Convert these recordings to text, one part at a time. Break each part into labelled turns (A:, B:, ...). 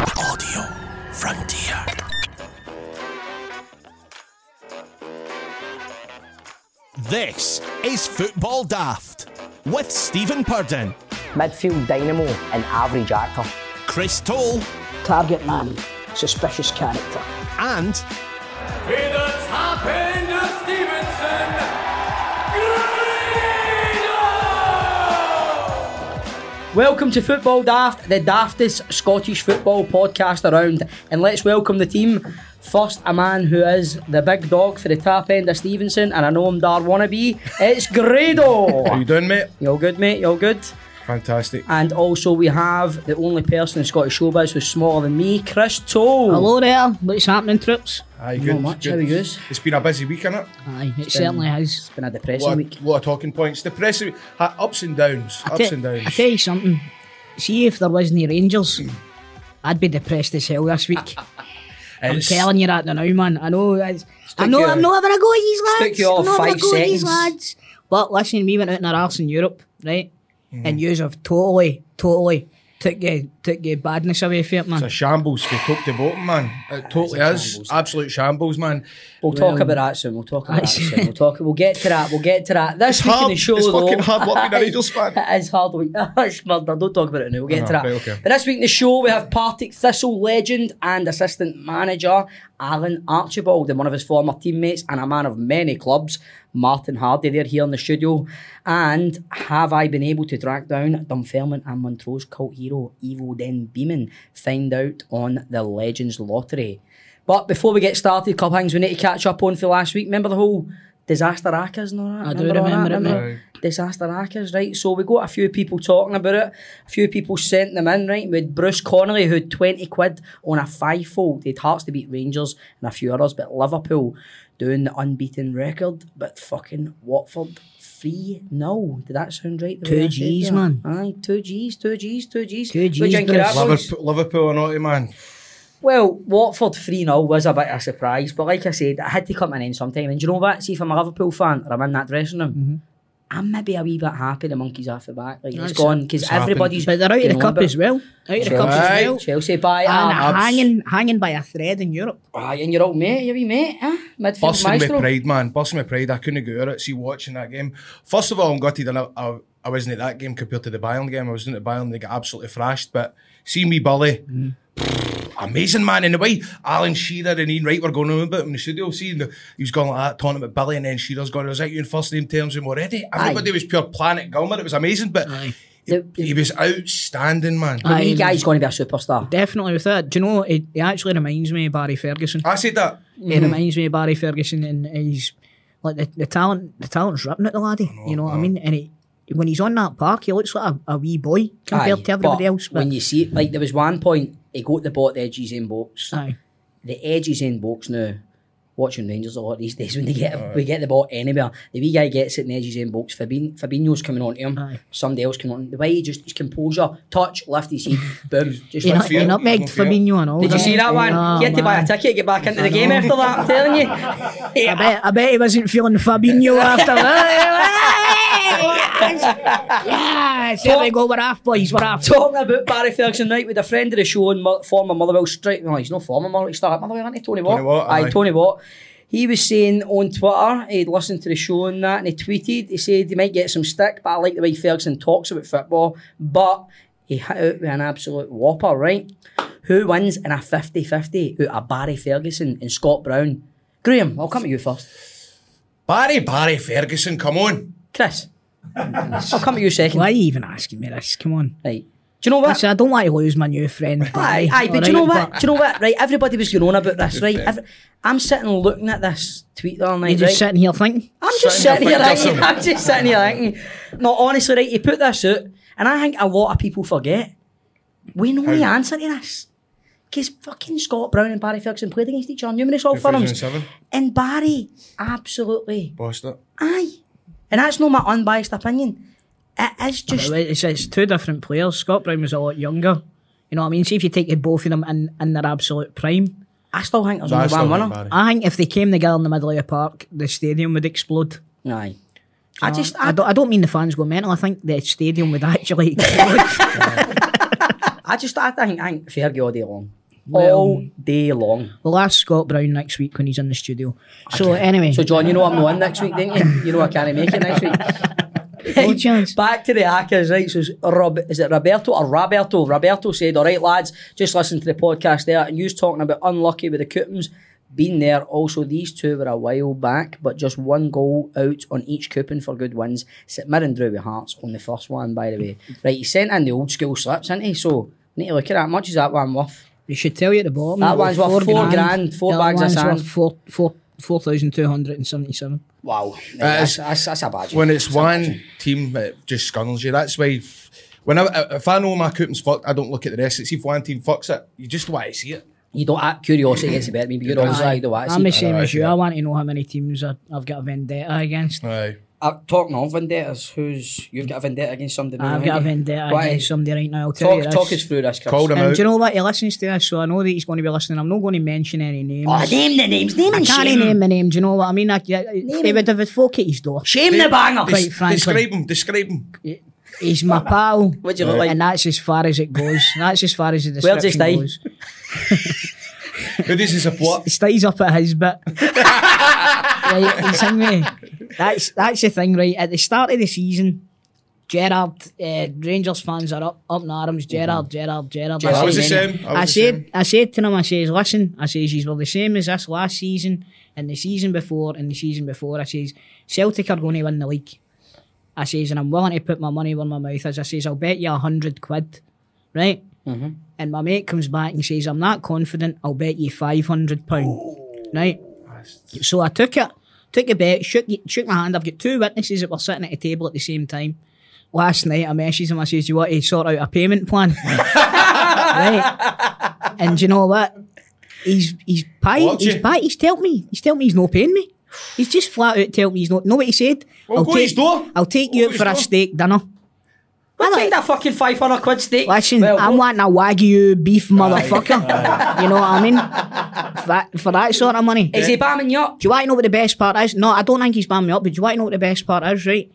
A: Audio Frontier. This is Football Daft with Stephen Purden,
B: midfield dynamo and average actor.
A: Chris Toll,
C: Target man, suspicious character.
A: and
D: With the top end of Stevenson, Greeno!
C: Welcome to Football Daft, the daftest Scottish football podcast around, and let's welcome the team. First, a man who is the big dog for the tap end of Stevenson, and I know him Dar wannabe. It's
E: How you
C: Grado.
E: doing, mate?
C: you all good, mate? You all good?
E: Fantastic.
C: And also, we have the only person in Scottish showbiz who's smaller than me, Chris Toll.
F: Hello there, what's happening, troops?
E: Aye,
C: Not
E: good.
C: much,
E: good.
C: how we goes?
E: It's been a busy week, innit?
F: Aye, it certainly has.
C: It's been a depressing
E: What
C: week.
E: a lot of talking points. Depressing. Uh, ups and downs.
F: I
E: ups
F: te-
E: and
F: I
E: downs.
F: tell you something, see if there wasn't Rangers, I'd be depressed as hell this week. I'm
E: It's-
F: telling you that now, man. I know, it's, I
C: Stick
F: know
C: your-
F: I'm not having a go at these lads.
C: stick your
F: I'm not having
C: five
F: a go at these
C: seconds.
F: lads. But listen, we went out in our arse in Europe, right?
C: Mm-hmm.
F: And yous have totally, totally took your, took your badness away from it, man.
E: It's a shambles for top to bottom, man. It totally is. Absolute shambles, man.
C: We'll talk about that soon. We'll talk about that
F: Aye.
C: soon. We'll talk. We'll get to that. We'll get to that. This
E: It's
C: week in
E: hard-
C: the show,
E: it's
C: though,
E: fucking hard work being a Rangers fan.
C: it is hard work. it's murder. Don't talk about it now. We'll get
E: No,
C: to that.
E: Uh-huh. right, okay.
C: But this week in the show, we have Partick Thistle legend and assistant manager Alan Archibald and one of his former teammates and a man of many clubs, Martin Hardy. They're here in the studio. And have I been able to track down Dunfermline and Montrose cult hero Evil Den Beeman? Find out on the Legends Lottery. But before we get started, club hangs we need to catch up on for last week. Remember the whole disaster acas and all that?
F: I do
C: all
F: remember it,
E: mate.
C: Disaster acas, right? So we got a few people talking about it. A few people sent them in, right? With Bruce Connolly, who had 20 quid on a five-fold. They'd Hearts to beat Rangers and a few others, but Liverpool doing the unbeaten record, but fucking Watford. 3 0. Did that sound right? the way
F: Two
C: I said
F: Gs,
C: that?
F: man.
C: Aye, two G's, two G's, two G's.
F: Two Gs,
C: What do you think of that,
F: Bruce.
C: boys?
E: Liverpool, Liverpool and Naughty, man.
C: Well, Watford 3 0 was a bit of a surprise, but like I said, I had to come in end sometime. And do you know what? See, if I'm a Liverpool fan or I'm in that dressing room,
F: Mm-hmm.
C: I'm maybe a wee bit happy the monkey's off the back. Like, it's
F: That's-
C: gone because
E: happened.
C: everybody's.
F: but they're out of
C: getting
F: the
C: on
F: cup
C: about
F: as well. Out of the cup as
E: Right.
F: well.
C: Chelsea by
F: And
C: um,
E: abs-
F: hanging, hanging by a thread in Europe.
C: aye, and your old mate, your wee mate, huh? Midfield
E: Busting with
C: maestro.
E: pride, man. Busting with pride. I couldn't go out at see watching that game. First of all, I'm gutted and I, I, I wasn't at that game compared to the Bayern game. I was in the Bayern and they got absolutely thrashed. But see me, Billy. Amazing man in the way Alan Shearer and Ian Wright were going on about him in the studio. See, and the, he was going like that, taunting about Billy, and then Shearer's going, "I was at you in first name terms with him already." Everybody was pure planet Gilmer. It was amazing, but
F: Aye.
E: he,
C: The-
E: he was outstanding, man.
C: The wee
F: Aye.
C: guy's going to be a superstar.
F: Definitely with that. Do you know, it, it actually reminds me of Barry Ferguson.
E: I said that.
C: Mm-hmm.
F: It reminds me of Barry Ferguson and he's like the, the talent the talent's ripping at the laddie. you know what I mean? And he, when he's on that park he looks like a, a wee boy compared
C: Aye,
F: to everybody
C: but
F: else. But
C: When you see it, like, there was one point, he got the ball at the edge of his own box.
F: aye.
C: the edges in box now. Watching Rangers a lot these days when they get we get the ball anywhere. The wee guy gets it in the edges in box. Fabin, Fabinho's coming on to him.
F: Aye.
C: Somebody else coming on. The way he just his composure, touch, lift his head, boom. Just
F: He,
C: like
F: not,
E: fear,
F: he nutmegged
E: no fear.
F: Fabinho and all
C: Did you see that one?
F: Oh,
C: he had to buy a
F: man.
C: ticket to get back into the game after that. I'm telling you.
F: I bet, I bet he wasn't feeling Fabinho after that. yes, yes, here we go. We're off, boys. We're off.
C: Talking about Barry Ferguson, right, with a friend of the show and Mu- former Motherwell striker. No, he's not former Motherwell. He started at Motherwell, isn't he? Tony Watt.
E: Tony Watt,
C: aye,
E: aye.
C: Tony Watt. He was saying on Twitter, he'd listened to the show and that, and he tweeted, he said he might get some stick, but I like the way Ferguson talks about football, but he hit out with an absolute whopper, right? Who wins in a 50-50 out of Barry Ferguson and Scott Brown? Graham, I'll come to you first.
E: Barry, Barry Ferguson, come on.
C: Chris, I'll come to you second.
F: Why are you even asking me this? Come on.
C: Right. Do you know what?
F: Listen, I don't want to lose my new friend.
C: Aye,
F: Barry,
C: aye, but
F: all
C: do you know
F: right?
C: what? Do you know what? Right, everybody was going on about this, right?
E: bit.
C: Every, I'm sitting looking at this tweet all
F: You're
C: night,
F: just
C: right?
F: sitting here thinking.
C: I'm just
E: sitting
C: sitting here
E: there
C: thinking,
E: thinking.
C: I'm just sitting here thinking. No, honestly, right, you put this out, and I think a lot of people forget. We know the answer to this. Because fucking Scott Brown and Barry Ferguson played against each other numerous all firms.
E: 2007.
C: And Barry, absolutely,
E: Bossed it.
C: aye. And that's not my unbiased opinion. It is just,
F: It's, it's two different players. Scott Brown was a lot younger. You know what I mean? See if you take the both of them in, in their absolute prime.
C: I still think there's
E: I
C: only
E: still
C: one
E: think
C: winner.
E: Barry.
F: I think if they came together in the middle of the park, the stadium would explode.
C: Aye. I just,
F: I,
C: I,
F: don't, I don't mean the fans go mental. I think the stadium would actually explode.
C: I just I think, I think Fergie all day long. all day long.
F: We'll ask Scott Brown next week when he's in the studio. So anyway,
C: So, John, you know I'm not in next week, didn't you? You know I can't make it next week.
F: No chance.
C: Back to the Akers, right? So, it's Rob, is it Roberto or Roberto? Roberto said, All right, lads, just listen to the podcast there. And you was talking about unlucky with the Coupons. Been there. Also, these two were a while back, but just one goal out on each coupon for good wins. St Mirren drew with Hearts on the first one, by the way. Right, he sent in the old school slips, isn't he? So, need to look at that. How much is that one worth?
F: we should tell you at the bottom.
C: That one's worth four grand, four
F: The other
C: bags of
F: one's
C: sand.
F: worth Four, four, four thousand two hundred and seventy-seven.
C: Wow.
E: That's-
C: That's, that's, that's a bad
E: When it's one team, it just scunnels you. That's why. f- When I, if I know my coupon's fucked, I don't look at the rest. It's if one team fucks it, you just want to see it.
C: You don't act curiosity gets the better of me, but you're always like, "Do
F: I'm the
C: I see?"
F: same
E: Alright,
F: as you.
E: yeah.
F: I want to know how many teams I, I've got a vendetta against.
E: Aye.
C: Uh, talking of vendettas, who's you've got a vendetta against somebody?
F: I've
C: haven't
F: got a
C: you?
F: vendetta
C: Why?
F: against somebody right now. I'll tell
C: Talk,
F: you this.
C: talk us through this, Chris.
E: Called him
F: And
E: out.
F: do you know what? He listens to this, so I know that he's going to be listening. I'm not going to mention any names.
C: Oh, name the names, name
F: I
C: and
F: can't
C: shame.
F: name the name. Do you know what I mean? I, I, they would have folk at his door.
C: Shame the banger.
F: Quite
C: Right.
F: frankly,
E: Describe him. Describe him.
F: he's my pal.
C: What do you look like?
F: And that's as far as it goes. That's as far as the
C: Where's he
F: description
C: stay?
F: goes.
E: Who does he support?
F: He stays up at his bit. right, he's in the- That's that's the thing, right? At the start of the season, Gerard, uh, Rangers fans are up up in arms. Gerard,
C: Mm-hmm.
F: Gerard, Gerard.
E: I was the
F: said-
E: same. I
F: I
E: was the same.
F: said, I said to him, I says, listen, I says, he's well the same as us last season and the season before and the season before. I says, Celtic are going to win the league. I says, and I'm willing to put my money where my mouth is. I says, I'll bet you a hundred quid, right?
E: Mm-hmm.
F: And my mate comes back and says, I'm not confident. I'll bet you five hundred pound,
E: Oh.
F: right? So I took it, took a bet, shook shook my hand. I've got two witnesses that were sitting at a table at the same time. Last night I messaged him. I says, "You want to sort out a payment plan?" right. And do you know what? He's he's pie,
E: Watch
F: he's
E: it.
F: pie, he's tell me he's tell me he's not paying me. He's just flat out tell me he's not. Know what he said?
E: Well, go to his door.
F: I'll take
E: Go
F: you
E: to
F: out
E: his
F: for a
E: door.
F: steak dinner.
C: What
F: like-
C: kind of fucking 500 quid steak?
F: Listen,
C: Well,
F: I'm
C: what-
F: wanting a wagyu beef motherfucker. You know what I mean? For, for that sort of money.
C: Is he bamming you up?
F: Do you want to know what the best part is? No, I don't think he's banned me up, but do you want to know what the best part is, right?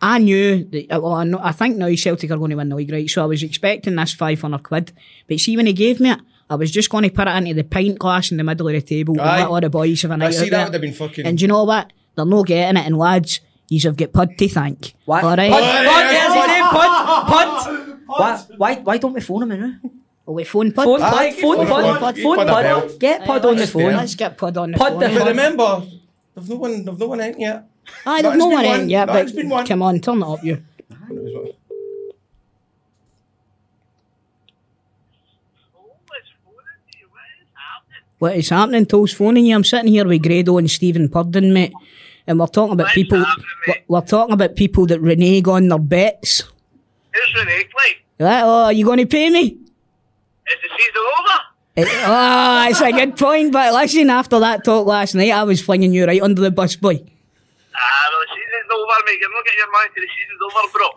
F: I knew that, oh, well, I, know, I think now Celtic are going to win the league, right? So I was expecting this 500 quid. But see, when he gave me it, I was just going to put it into the pint glass in the middle of the table and
E: Aye.
F: let all the boys have a night
E: see, that
F: out there.
E: would have been fucking-
F: And do you know what? They're no getting it, and lads, yous have got Pud to thank.
C: Why?
F: All right?
C: Pud,
E: Alright.
C: pud, there's his name, pud, pud. Why, why, why don't we phone him now?
F: Well, we Oh, phone Pud.
C: Phone,
E: Aye,
C: pud, phone,
E: phone,
C: pud,
E: phone,
C: phone,
E: phone a
C: pud.
E: bell.
C: Get pud on the
E: let's do
C: phone.
E: it.
F: Let's get Pud on the
C: Pud
F: phone.
C: the
E: But remember, they've no one, they've no one in yet.
F: Aye,
E: Not
F: there's no
E: been
F: one in
E: one.
F: yet,
E: Not
F: but
E: been one.
F: come on, turn it up, you. What is happening? Toll's phoning you. I'm sitting here with Grado and Stephen Purden, mate, and we're talking about people. we're- We're talking about people that renege on their bets.
G: Who's the next like?
F: Right, oh, are you going to pay me?
G: Is the season over?
F: It, oh, it's a good point, but listen, after that talk last night, I was flinging you right under the bus, boy.
G: Ah, no, the season's over, mate. You're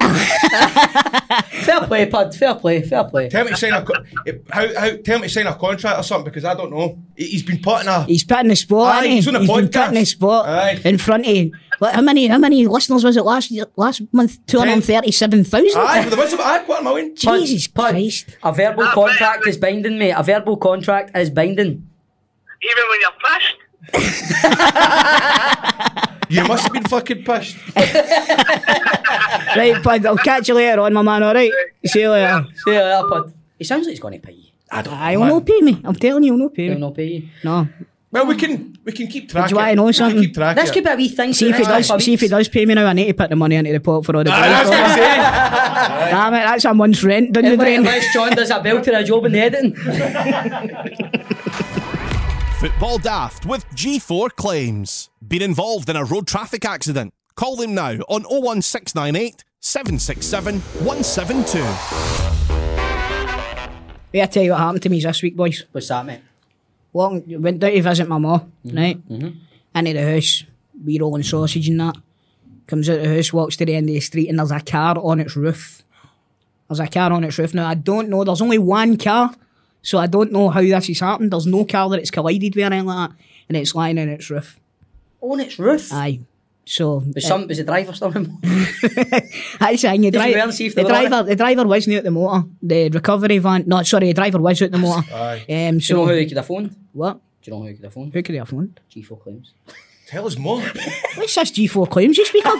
G: not getting your money till the season's over, bro.
C: Fair play, pud, fair play, fair play.
E: Tell me to sign a co- eh, how, how tell me to sign a contract or something because I don't know. He- He's been putting a
F: He's putting the spot.
E: Aye,
F: he?
E: he's on a
F: been
E: podcast.
F: putting the spot
E: Aye.
F: in front of. What, how many? How many listeners was it last year, last month? Two hundred thirty-seven
E: aye for
F: thousand.
E: the whistle. Aye, quarter million.
C: Pud,
F: Jesus
C: pud.
F: Christ!
C: A verbal
G: Ah,
C: contract
G: mate.
C: is binding, mate. A verbal contract is binding.
G: Even when you're pissed.
E: You must have been fucking pissed.
F: Right, bud. I'll catch you later on, my man. All right. See you later.
C: See you later, pud. He sounds like he's going to pay you.
E: I don't.
F: I will
E: man.
F: not pay me. I'm telling you, he'll not pay
C: He'll
F: me.
C: not pay you.
F: No.
E: Well, we can we can keep track.
F: you
E: it.
F: wanna know
E: We can
F: something?
E: Keep track.
C: This
E: it.
C: could be a wee thing.
F: See if he
C: for the next
F: does.
C: couple
F: See if he
C: weeks.
F: does pay me now. I need to put the money into the pot for all the.
E: Aye, that's what I'm
F: boys.
E: saying.
F: Damn it! That's a month's rent down the
C: Unless-
F: drain.
C: Unless John does a belter a job in the editing.
A: Football Daft with G4 Claims. Been involved in a road traffic accident? Call them now on 01698 767 172.
F: Wait, I tell you what happened to me this week, boys.
C: What's that, mate?
F: Walking, went down to visit my ma, right? Into the house, we rolling sausage and that. Comes out the house, walks to the end of the street, and there's a car on its roof. There's a car on its roof. Now, I don't know, there's only one car, so I don't know how this has happened. There's no car that it's collided with or anything like that, and it's lying on its roof.
C: On its roof.
F: Aye. So
C: Was,
F: eh,
C: some, was the driver still in?
F: That's the thing. The,
C: Did you
F: dri-
C: go and see if
F: the
C: they were on
F: driver, the driver was new at the motor. The recovery van, no, sorry, the driver was out the motor.
E: Aye.
F: Um,
C: Do you
F: so
C: know who he could have phoned? Do
F: what?
C: you know who he could have phoned?
F: Who could he have phoned?
C: G4 claims.
E: Tell us more.
F: What's this G4 claims you speak of?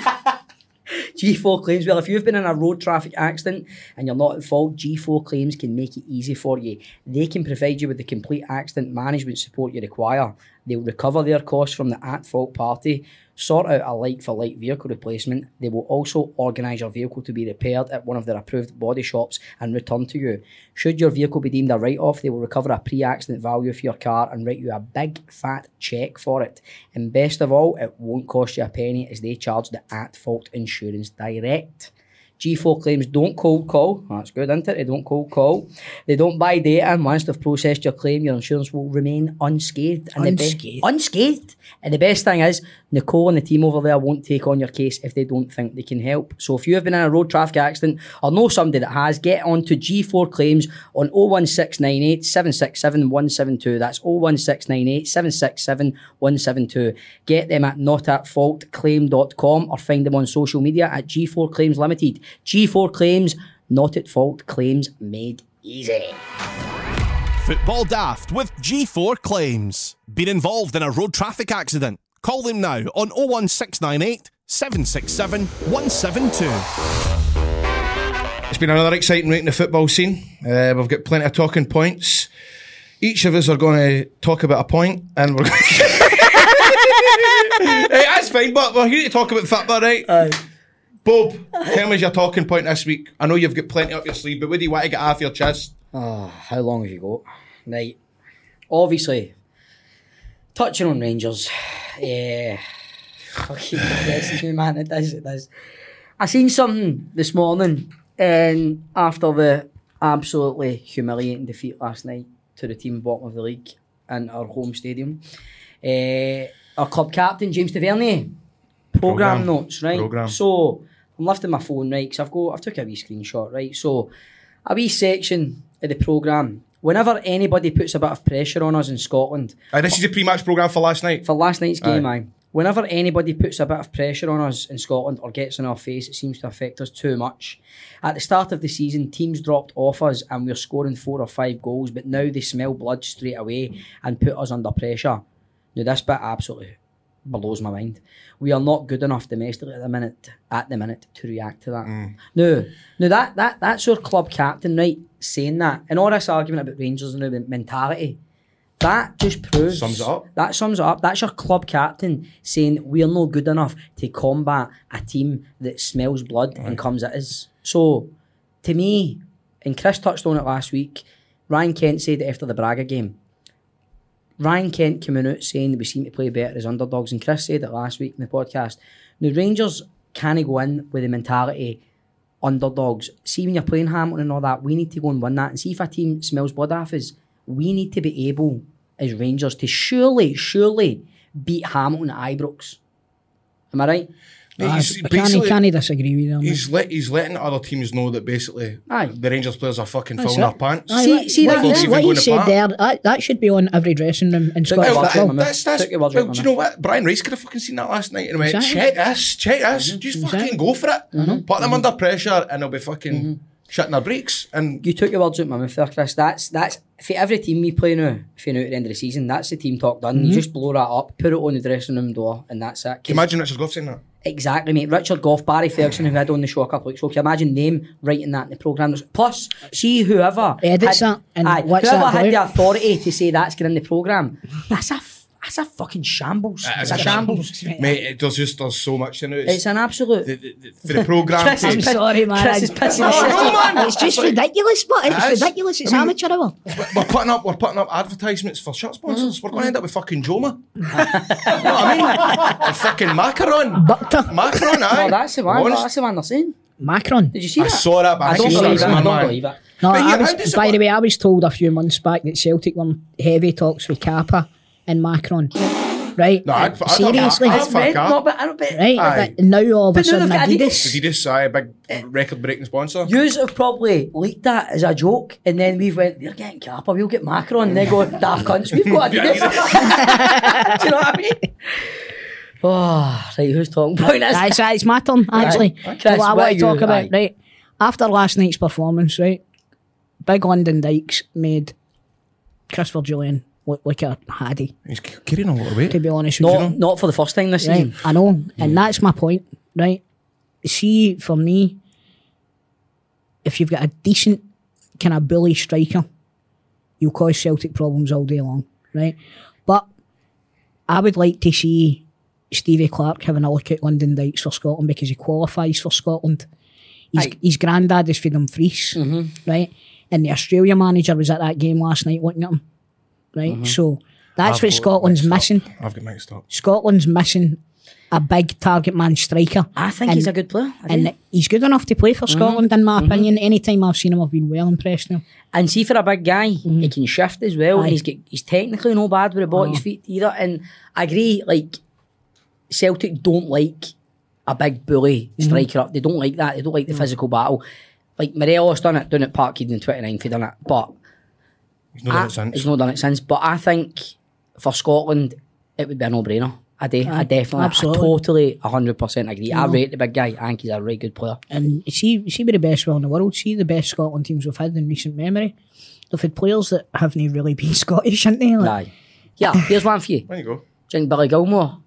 C: G4 claims. Well, if you've been in a road traffic accident and you're not at fault, G4 claims can make it easy for you. They can provide you with the complete accident management support you require. They'll recover their costs from the at fault party, sort out a like for like vehicle replacement. They will also organise your vehicle to be repaired at one of their approved body shops and returned to you. Should your vehicle be deemed a write off, they will recover a pre accident value for your car and write you a big fat cheque for it. And best of all, it won't cost you a penny as they charge the at fault insurance direct. G4 claims don't cold call. That's good, isn't it? They don't cold call. They don't buy data, and once they've processed your claim, your insurance will remain unscathed. And the be-
F: Unscathed.
C: unscathed. And the best thing is, Nicole and the team over there won't take on your case if they don't think they can help. So if you have been in a road traffic accident or know somebody that has, get on to G4 Claims on 01698 767 172. That's 01698 767 172. Get them at notatfaultclaim.com or find them on social media at G4 Claims Limited. G4 Claims, not at fault claims made easy.
A: Football Daft with G4 Claims. Been involved in a road traffic accident? Call them now on 01698 767 172.
E: It's been another exciting week in the football scene. Uh, we've got plenty of talking points. Each of us are going to talk about a point, and we're. hey, that's fine, but we're here to talk about football, right? Bob, tell me your talking point this week. I know you've got plenty up your sleeve, but what do you want to get off your chest?
C: Ah, how long have you got? Right. Obviously, touching on Rangers. Yeah. Fucking depresses me, man. It does, it does. I seen something this morning and after the absolutely humiliating defeat last night to the team bottom of the league in our home stadium. Eh, our club captain, James Tavernier, programme
E: Programme.
C: notes, right?
E: Programme.
C: So I'm lifting my phone, right? Because I've got, I've took a wee screenshot, right? So a wee section of the programme. Whenever anybody puts a bit of pressure on us in Scotland,
E: Aye, Uh, this is the pre-match programme for last night.
C: for last night's game, aye. Whenever anybody puts a bit of pressure on us in Scotland or gets in our face, it seems to affect us too much. At the start of the season, teams dropped off us and we were scoring four or five goals, but now they smell blood straight away and put us under pressure. Now, this bit absolutely blows my mind. We are not good enough domestically at the minute at the minute to react to that.
E: Mm.
C: No, no, that that that's your club captain, right? Saying that, and all this argument about Rangers and the mentality, that just proves
E: Sums it up.
C: That sums it up. That's your club captain saying we're not good enough to combat a team that smells blood and comes at us. So, to me, and Chris touched on it last week. Ryan Kent said it after the Braga game. Ryan Kent coming out saying that we seem to play better as underdogs, and Chris said it last week in the podcast. Now Rangers can't go in with the mentality underdogs. See when you're playing Hamilton and all that, we need to go and win that. And see if a team smells blood off us, we need to be able as Rangers to surely, surely beat Hamilton at Ibrox. Am I right?
E: He's
F: I can't,
E: basically-
F: can't disagree with you. there, man.
E: He's let he's letting other teams know that basically
C: Aye.
E: the Rangers players are fucking
F: That's
E: filling
F: it.
E: their pants.
F: Aye,
C: See-
F: what-
C: see
F: what
C: that
F: he-
C: there?
E: Even
F: what
E: going
F: he
E: to
F: said
E: Bath.
F: there, that, that should be on every dressing room in Scottish
C: Well,
E: Well,
C: that-
F: football.
E: that's, that's,
C: Took your words
E: well,
C: right
E: do you
C: on
E: know what? Brian Rice could have fucking seen that last night and went,
F: Exactly.
E: check this, check this,
C: Mhm.
E: just fucking go for it. Put them under pressure and they'll be fucking
C: Mhm.
E: shutting their brakes. And
C: You took your words out my mouth there, Chris. That's that's for every team we play now, if you know at the end of the season, that's the team talk done. You just blow that up, put it on the dressing room door, and that's it. 'Cause-
E: imagine Richard Goff saying that.
C: Exactly, mate. Richard Goff, Barry Ferguson, who had on the show a couple of weeks ago. Can you imagine them writing that in the programme? Plus, see whoever
F: Edits that and
C: aye,
F: what's
C: whoever
F: that
C: had the
F: about?
C: authority to say that's going in the programme. That's a f- that's a fucking shambles. It's a shambles.
E: Mate, it, there's just there's so much in it. It's,
C: It's an absolute.
E: the, the, the, for the programme.
C: Chris is
E: page.
C: pissed.
F: Sorry, man.
C: Chris is pissing us
E: off.
F: It's just ridiculous, but it's
E: It is.
F: ridiculous. It's
E: I mean-
F: amateur hour.
E: we're putting up we're putting up advertisements for shirt sponsors. We're going to end up with fucking Joma. you know what I mean? Or fucking Macaron.
F: Butter.
E: Macaron, aye.
C: Oh, that's the one.
E: Honest-
C: That's the one they're saying.
F: Macron.
C: Did you see
E: I
C: that?
E: saw that, but I
C: I don't
E: think
C: believe
E: it's
C: it. I
E: my
C: don't
E: man.
C: believe it.
F: No,
E: But
F: I
E: here,
F: was,
E: how does it
F: by the
E: work?
F: way, I was told a few months back that Celtic were in heavy talks with Kappa and Macron. Right?
E: No, I- I don't-
F: Seriously.
E: I- I-
C: It's meant
E: Fuck
C: not, but I don't bet.
F: right?
E: Aye.
F: But now all of a
C: But now
F: sudden,
C: they've got
F: Adidas.
E: Adidas, aye, a big record breaking sponsor.
C: Yous have probably leaked that as a joke, and then we've went, they're getting Kappa, we'll get Macron, and they go, daft cunts, we've got Adidas. Do you know what I mean? Oh, right, who's talking about this?
F: Right, so it's my turn, actually.
C: Right.
F: So
C: Chris,
F: what I
C: what
F: want
C: are
F: to
C: you-
F: talk about,
C: aye.
F: right? After last night's performance, right? Big London Dykes made Christopher Julian look like a haddy,
E: He's c- carrying a lot of weight.
F: to be honest with
C: Not,
F: you.
C: not for the first time this
F: Right,
C: season.
F: I know, and that's my point, right? See, for me, if you've got a decent kind of bully striker, you'll cause Celtic problems all day long, right? But I would like to see Stevie Clark having a look at London Dykes for Scotland because he qualifies for Scotland. His,
C: Aye.
F: his granddad is for Dumfries, right? And the Australia manager was at that game last night looking at him, right? So that's
E: I've
F: what
E: got
F: Scotland's
E: mixed up.
F: missing.
E: I've got mixed up.
F: Scotland's missing a big target man striker.
C: I think
F: And-
C: he's a good player. I do.
F: And he's good enough to play for Scotland, in my opinion. Any time I've seen him, I've been well impressed now.
C: And see for a big guy, he can shift as well,
F: Aye.
C: and he's got, he's technically no bad with the ball at his feet either. And I agree, like Celtic don't like a big bully striker up. They don't like that. They don't like the physical battle. Like Morelos done it down at Parkhead in 29th, he done it, but
E: He's not done
F: Ah,
C: I-
E: it since.
C: he's not done it since. But I think for Scotland, it would be a no-brainer. I, de- I definitely,
F: absolutely.
C: I totally, hundred percent agree. I rate the big guy. I think he's a really good player.
F: And see, see, we're the best well in the world. See, the best Scotland teams we've had in recent memory. They've had players that haven't really been Scottish, haven't they? Like,
C: Aye. Yeah, here's one for you.
E: There you go.
C: Do you think Billy Gilmore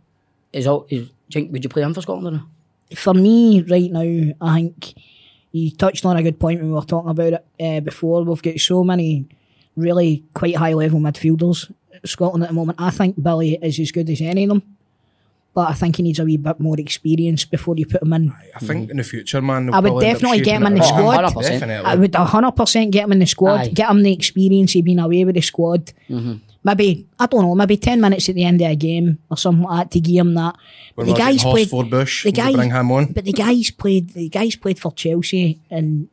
C: is all? Is, do you think, would you play him for Scotland or not?
F: for me right now, I think you touched on a good point when we were talking about it uh, before. We've got so many really quite high level midfielders at Scotland at the moment. I think Billy is as good as any of them, but I think he needs a wee bit more experience before you put him in.
E: I think in the future, man. they'll
F: I would
E: probably end up
F: definitely get
E: shooting
F: him in
E: at
F: the
E: us.
F: squad.
C: 100%.
E: Definitely.
F: I would 100% get him in the squad,
C: Aye.
F: get him the experience of being away with the squad.
E: Mm-hmm.
F: Maybe, I don't know, maybe 10 minutes at the end of a game or something like that to give him that.
E: When
F: the
E: we're
F: guys
E: getting
F: played.
E: Horsford Bush,
F: the
E: we could
F: guys,
E: bring him on.
F: But the guys played. The guys played for Chelsea, and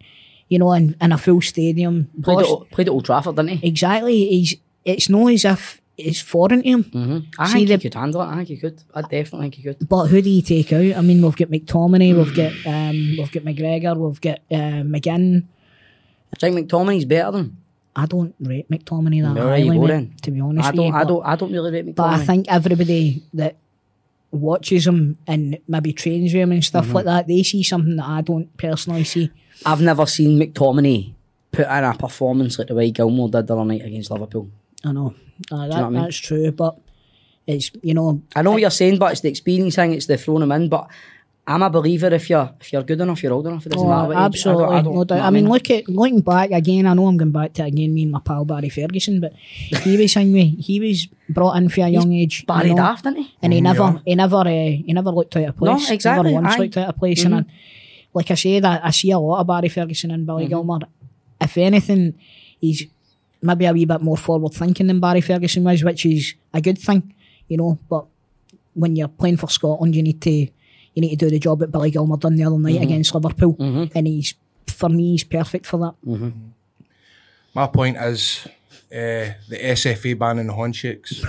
F: you know, in, in a full stadium.
C: Played at,
F: Horsford-
C: Old- played at Old Trafford, didn't he?
F: exactly. He's. It's not as if it's foreign to him.
C: I
F: See
C: think
F: the-
C: he could handle it. I think he could. I definitely think he could.
F: But who do you take out? I mean, we've got McTominay, we've got um, we've got McGregor, we've got uh, McGinn.
C: Do you think McTominay's better than? him? I don't.
F: Rate McTominay
C: Well,
F: that
C: there
F: highly,
C: you go
F: mate,
C: then.
F: to be honest.
C: I
F: with you,
C: don't. I
F: but-
C: don't. I don't really rate McTominay.
F: But I think everybody that watches him and maybe trains with him and
C: Mm-hmm.
F: stuff like that, they see something that I don't personally see.
C: I've never seen McTominay put in a performance like the way Gilmore did the other night against Liverpool.
F: I know. Uh, that,
C: what I mean?
F: That's true, but it's you know
C: I know what you're saying, but it's the experience thing. It's the throwing him in. But I'm a believer if you're if you're good enough, you're old enough. It doesn't
F: oh,
C: matter. What age. I don't-
F: absolutely
C: I don't-
F: no doubt.
C: know
F: I
C: what
F: mean, look at looking back again. I know I'm going back to again me and my pal Barry Ferguson, but he was saying me he was brought in for a young age, you
C: Barry
F: know,
C: Daft, didn't he?
F: and he never
E: Mm, yeah.
F: he never uh, he never looked out of place.
C: exactly,
F: Never once
C: aye.
F: looked out of place,
E: Mm-hmm.
F: and I, like I said, I, I see a lot of Barry Ferguson and Billy
E: Mm-hmm.
F: Gilmore. If anything, he's maybe a wee bit more forward thinking than Barry Ferguson was, which is a good thing, you know. But when you're playing for Scotland, you need to you need to do the job that Billy Gilmore done the other night
E: Mm-hmm.
F: against Liverpool, and he's for me he's perfect for that.
E: Mm. My point is uh, the SFA banning the horn shakes.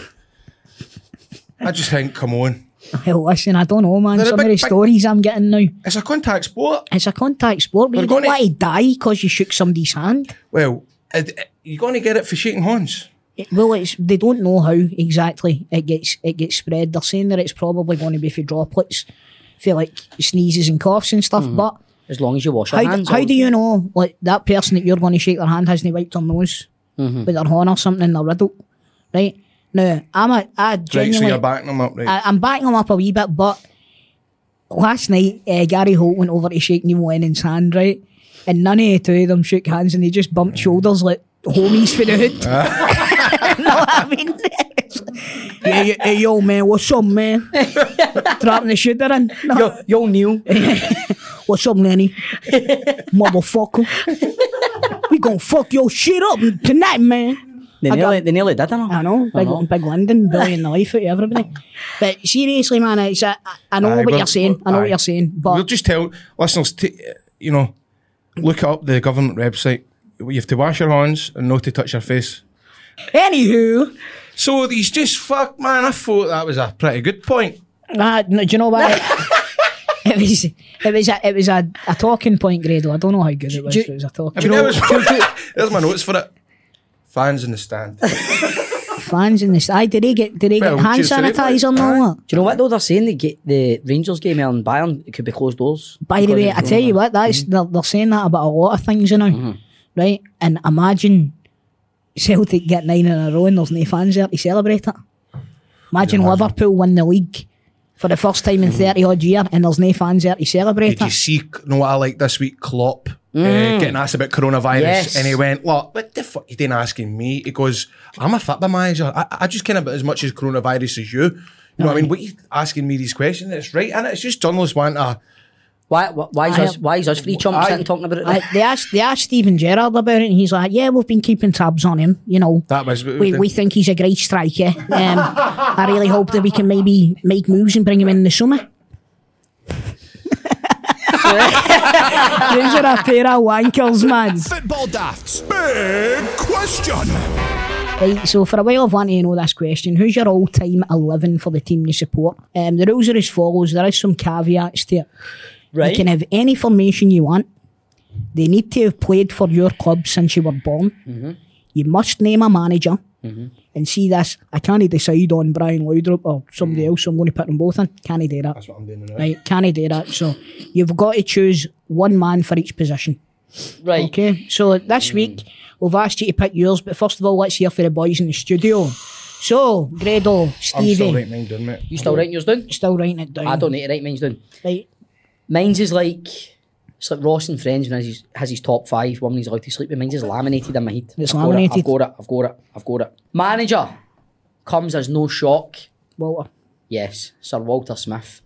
E: I just think, come on.
F: Hell, listen, I don't know, man.
E: They're a
F: Some of
E: big-
F: the
E: big-
F: stories I'm getting now,
E: It's a contact sport.
F: it's a contact sport. But
E: They're
F: you don't
E: gonna-
F: want to die because you shook somebody's hand.
E: Well, it, it- you're going to get it for shaking horns.
F: Well, it's they don't know how exactly it gets it gets spread. They're saying that it's probably going to be for droplets, for like sneezes and coughs and stuff. But
C: As long as you wash your
F: how,
C: hands.
F: d- how
C: all-
F: do you know like that person that you're going to shake their hand hasn't wiped their nose with their horn or something in their riddle, right? Now I'm a I
E: Right, so
F: genuinely
E: you're backing them up, right?
F: I, I'm backing him up a wee bit, but last night uh, Gary Holt went over to shake Neil Lennon's hand, right? And none of the two of them shook hands, and they just bumped shoulders like homies for the hood. know what I mean? yeah, yeah, Ah. hey, yo, man, what's up, man? Dropping the shit in. No.
C: Yo, yo, Neil.
F: What's up, Lenny? Motherfucker. we gonna fuck your shit up tonight, man.
C: They
F: I got-
C: nearly, they nearly did, I know.
F: I know, big, big London, bullying the life out of everybody. But seriously, man, it's a, I- I know
E: Aye,
F: what
E: well,
F: you're saying. I know
E: aye.
F: what you're saying, but
E: we'll just tell listeners, t- you know, look up the government website. You have to wash your hands and not to touch your face.
F: anywho,
E: So he's just fuck, man. I thought that was a pretty good point.
F: nah, Ah, no, do you know what? it was, it was, a, it was a, a talking point, Grado. I don't know how good it was.
C: do you-
F: but it was a talking.
E: I mean, that was- there's my notes for it. Fans in the stand.
F: fans in the side. Did they get? Did they
E: Well,
F: get hand
E: cheers to them,
F: sanitizer and
E: mate.
F: all that?
C: Do you know what though? They're saying the ga- the Rangers game on Bayern it could be closed doors.
F: By the
C: Because
F: way,
C: of
F: I tell you
C: Corona.
F: what, that's
E: Mm-hmm.
F: they're, they're saying that about a lot of things, you know, right? And imagine Celtic get nine in a row and there's no fans there to celebrate it. Imagine Liverpool win the league for the first time in thirty odd year and there's no fans there to celebrate
E: Mm-hmm. Did you
F: it.
E: see, you know what I like this week? Klopp
F: Mm.
E: uh, getting asked about coronavirus.
C: Yes.
E: And he went, Look, what the fuck? He didn't asking me. He goes, I'm a football manager. I, I just care about as much as coronavirus as you. You know what I mean? What you asking me these questions? It's right, and it's just journalists want to.
C: Why why, why is
F: I
C: us
F: am-
C: why is us free chumps
E: I-
C: sitting talking about it?
F: I, they asked they asked Stephen Gerrard about it and he's like, Yeah, we've been keeping tabs on him, you know.
E: That was what we
F: we,
E: did.
F: we think he's a great striker. Um, I really hope that we can maybe make moves and bring him in, in the summer. These are a pair of wankers, man.
A: Football Daft's big question.
F: Right, so for a while I've wanted to know this question. Who's your all-time 11 for the team you support? Um, the rules are as follows. There is some caveats to it. You can have any formation you want. They need to have played for your club since you were born. You must name a manager. And see this, I can't decide on Brian Laudrup or somebody else, so I'm going to put them both in. Can't do that.
E: That's what I'm doing now.
F: Right, can't do that. So you've got to choose one man for each position.
C: right.
F: Okay, so this week we've asked you to pick yours, but first of all, let's hear for the boys in the studio. So, Gredo,
E: I'm still
F: Stevie,
E: right minded, mate.
C: You still writing yours down?
F: still writing it down.
C: I don't need to write mine's down.
F: Right,
C: Mine's is like it's like Ross and Friends when has his, has his top five. One when he's allowed to sleep with. Mine's is laminated in my head.
F: It's
C: I've
F: laminated.
C: Got it, I've got it. I've got it. I've got it. Manager comes as no shock.
F: Walter.
C: Yes, Sir Walter Smith.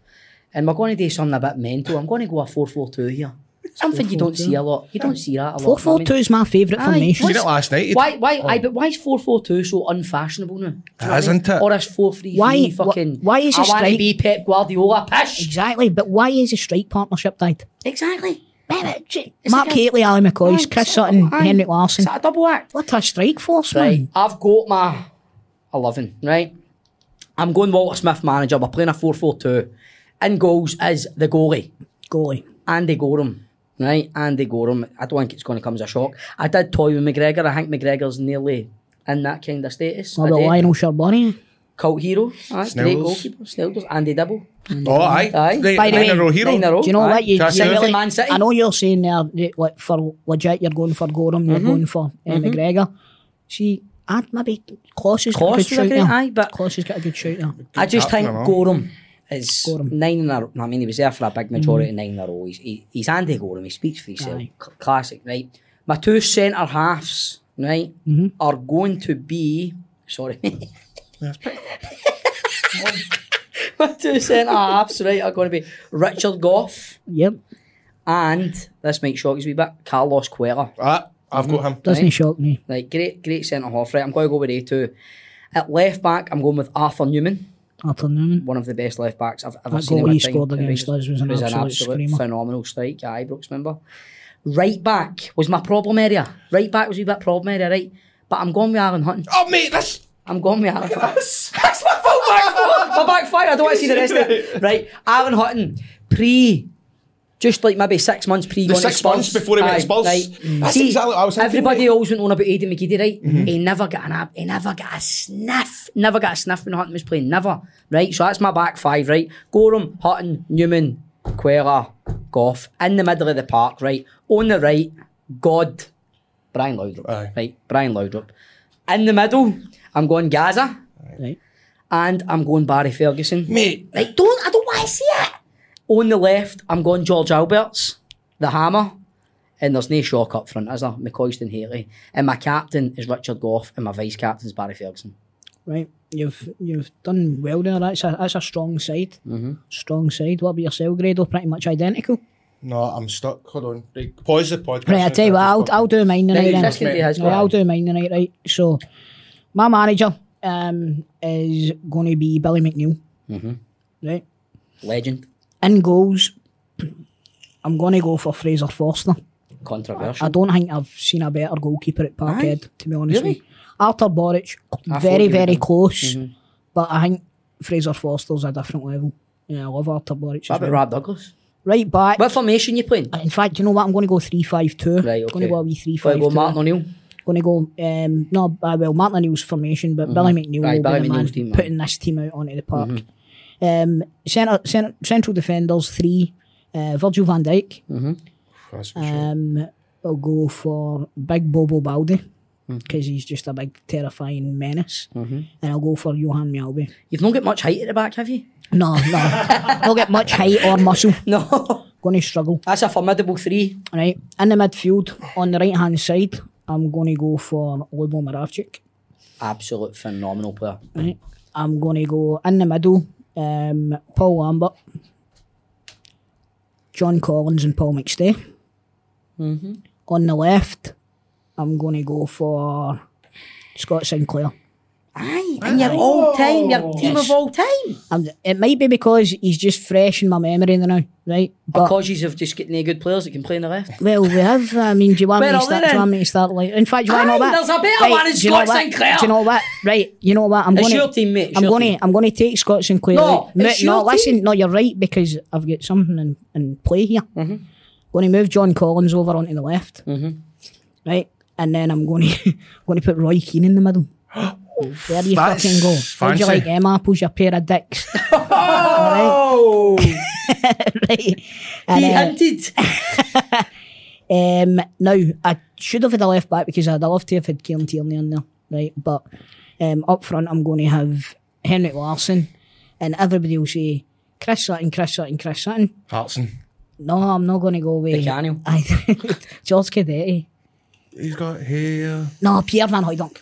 C: And we're going to do something a bit mental. I'm going to go a 4 4 2 here. Something you don't see a lot. You don't see that a lot.
F: Four
C: you know
F: four
C: what I
F: two
C: mean?
F: is my favourite
C: Aye,
F: formation.
E: Seen it Oh. last night.
C: Why, why, aye, but why is 4 4 2 so unfashionable now? Do you know what I
E: Isn't
C: mean?
E: it?
C: Or is 4 3
F: Why-
C: 3 fucking.
F: wh- why is
C: I
F: it
C: want to
F: straight-
C: be Pep Guardiola. Pish!
F: Exactly, but why is the strike partnership died?
C: Exactly. It's
F: Mark
C: like a-
F: Haley, Ali McCoy,
C: Aye,
F: Chris
C: it's
F: Sutton,
C: like a-
F: Henrik
C: Is
F: Larsson.
C: that a double act? Hmm.
F: What a strike force,
C: Right.
F: man.
C: I've got my 11, right? I'm going Walter Smith manager. We're playing a 4 4 2. In goals is the goalie.
F: Goalie.
C: Andy Gorham, right? Andy Gorham. I don't think it's going to come as a shock. I did toy with McGregor. I think McGregor's nearly in that kind of status.
F: What
C: I
F: about
C: did.
F: Lionel Sherbonny?
C: Cult hero. Aye, great
E: Snells.
C: goalkeeper. Snells. Andy Dibble.
E: Oh, aye.
C: Aye.
E: Right,
F: By the
E: nine
F: way,
E: in a row hero.
C: Nine in a row.
F: Do you know
C: Aye.
F: what you,
E: Just
F: you
E: do it.
F: really,
C: Man City.
F: I know you're saying there that, like, for legit you're going for Gorham, you're
C: Mm-hmm.
F: going for uh, McGregor. See, I'd maybe Kloss has got
C: Kloss
F: a good
C: is a
F: shoot
C: great-
F: there.
C: aye, but-
F: Kloss has got a good shoot there.
C: I just
E: captain
C: think
E: and all.
C: Gorham is
F: Gorham. Mm-hmm.
C: nine in a row. I mean, he was there for a big majority of nine in a row. He's, he, he's Andy Gorham. He speaks for himself.
F: Aye.
C: C- classic, right? My two centre halves, right,
F: Mm-hmm.
C: are going to be. Sorry. My two centre halves, right, are going to be Richard Goff
F: Yep,
C: and, this might shock you a wee bit, Carlos Cuella.
E: Ah, I've got him.
F: doesn't
C: Right.
F: shock me.
C: Like, great, great centre half, right? I'm going to go with A2. At left back, I'm going with Arthur Newman.
F: Arthur Newman.
C: one of the best left backs I've ever
F: That
C: seen. in
F: goal
C: my
F: he
C: time.
F: scored
C: It
F: against us was an
C: it
F: absolute screamer.
C: phenomenal strike. Yeah, Ibrox member. Right back was my problem area. Right back was a wee bit problem area, right? But I'm going with Alan Hutton.
E: Oh, mate, that's.
C: I'm going with Alan Hutton.
E: That's that's my fault,
C: Back four, my back five. I don't want to see the rest of it. Right, Alan Hutton pre. Just like maybe six months pre going
E: six
C: to Spurs.
E: months before he went to
C: Aye,
E: Spurs.
C: Right.
E: That's
C: See,
E: exactly what I was thinking,
C: Everybody
E: mate. Mm-hmm.
C: always went on about Aidan McGiddy, right? He never got an ab, he never got a sniff, never got a sniff when Hutton was playing, never, right? So that's my back five, right? Gorham, Hutton, Newman, Quera, Goff, in the middle of the park, right? On the right, God, Brian Loudrup,
E: Aye.
C: right? Brian Loudrup. In the middle, I'm going Gaza,
F: Right.
C: and I'm going Barry Ferguson.
E: Mate,
C: Like, don't, I don't want to see it. On the left, I'm going George Alberts, the hammer, and there's no shock up front, is there? McCoyston Haley. And my captain is Richard Goff, and my vice captain is Barry Ferguson.
F: Right, you've you've done well there. That's a that's a strong side. Strong side. What about yourself, Grado? Pretty much identical.
E: no, I'm stuck. Hold on. Right, pause the podcast.
F: Right, I tell you what, I'll, I'll do mine
C: Now,
F: tonight. then.
C: Chris can do his
F: No, I'll
C: one.
F: do mine tonight, right? So, my manager um, is going to be Billy McNeil, right?
C: Legend.
F: In goals, I'm going to go for Fraser Forster.
C: Controversial.
F: I don't think I've seen a better goalkeeper at Parkhead, to be honest
C: Really?
F: with you. Arthur Boric,
C: I thought
F: very,
C: you were
F: very
C: gonna-
F: close,
C: Mm-hmm.
F: but I think Fraser Forster's a different level. Yeah, I love Arthur Boric. as
C: What about
F: well.
C: Rob Douglas?
F: Right back.
C: What formation you playing?
F: In fact, you know what? I'm going to go 3 5
C: Right,
F: 2. I'm going
C: okay.
F: to go a wee 3
C: Well,
F: 5
C: well, Martin O'Neill.
F: going to go, um, no, uh, well, Martin O'Neill's formation, but Billy McNeil
C: Mm-hmm. Aye,
F: will
C: Billy
F: be the man
C: McNeil's team, aye. Mm-hmm.
F: putting this team out onto the park. Um, centre, centre, central defenders, three. Uh, Virgil van Dijk
E: That's for sure.
F: um, will go for Big Bobo Baldi because he's just a big, terrifying menace. And I'll go for Johan Mjalby.
C: You've not got much height at the back, have you?
F: No, no. He'll get much height or muscle.
C: No.
F: Going to struggle.
C: That's a formidable three.
F: Right. In the midfield, on the right hand side, I'm going to go for Lubo Moravchik.
C: Absolute phenomenal player.
F: Right. I'm going to go in the middle, um, Paul Lambert, John Collins, and Paul McStay. On the left, I'm going to go for Scott Sinclair.
C: Aye, and your all time, your team
F: Yes.
C: of all time.
F: I'm, it might be because he's just fresh in my memory now, right? But
C: Because you've just got no good players that can play in the left.
F: Well, we have. I mean, do you want me
C: Where
F: to
C: are they
F: start? Do you
C: then?
F: want me to start? Like, in fact, do you want to
C: Aye,
F: know what?
C: there's a better one in
F: do you know
C: Scott
F: what?
C: Sinclair.
F: Do you know what? Right, you know what? I'm
C: It's
F: gonna,
C: your team, mate, it's
F: I'm
C: your
F: going
C: team.
F: to. I'm going to take Scott Sinclair.
C: No,
F: Mo-
C: it's
F: no.
C: your
F: Listen,
C: team.
F: no, you're right because I've got something in, in play here.
C: Mm-hmm.
F: Going to move John Collins over onto the left, right, and then I'm going to going to put Roy Keane in the middle. There you
E: That's
F: fucking go. How'd
E: fancy.
F: you like them apples, you pair of dicks?
C: Oh,
F: right.
C: he
F: And, uh,
C: hinted.
F: Um, now I should have had a left back because I'd love to have had Kieran Tierney on there, right? But um, up front, I'm going to have Henrik Larsson, and everybody will say Chris Sutton, Chris Sutton, Chris Sutton.
E: Hartson.
F: No, I'm not going to go with
C: Daniel.
F: I, George Cadetti.
E: He's got hair.
F: No, Pierre Van Hooydonk.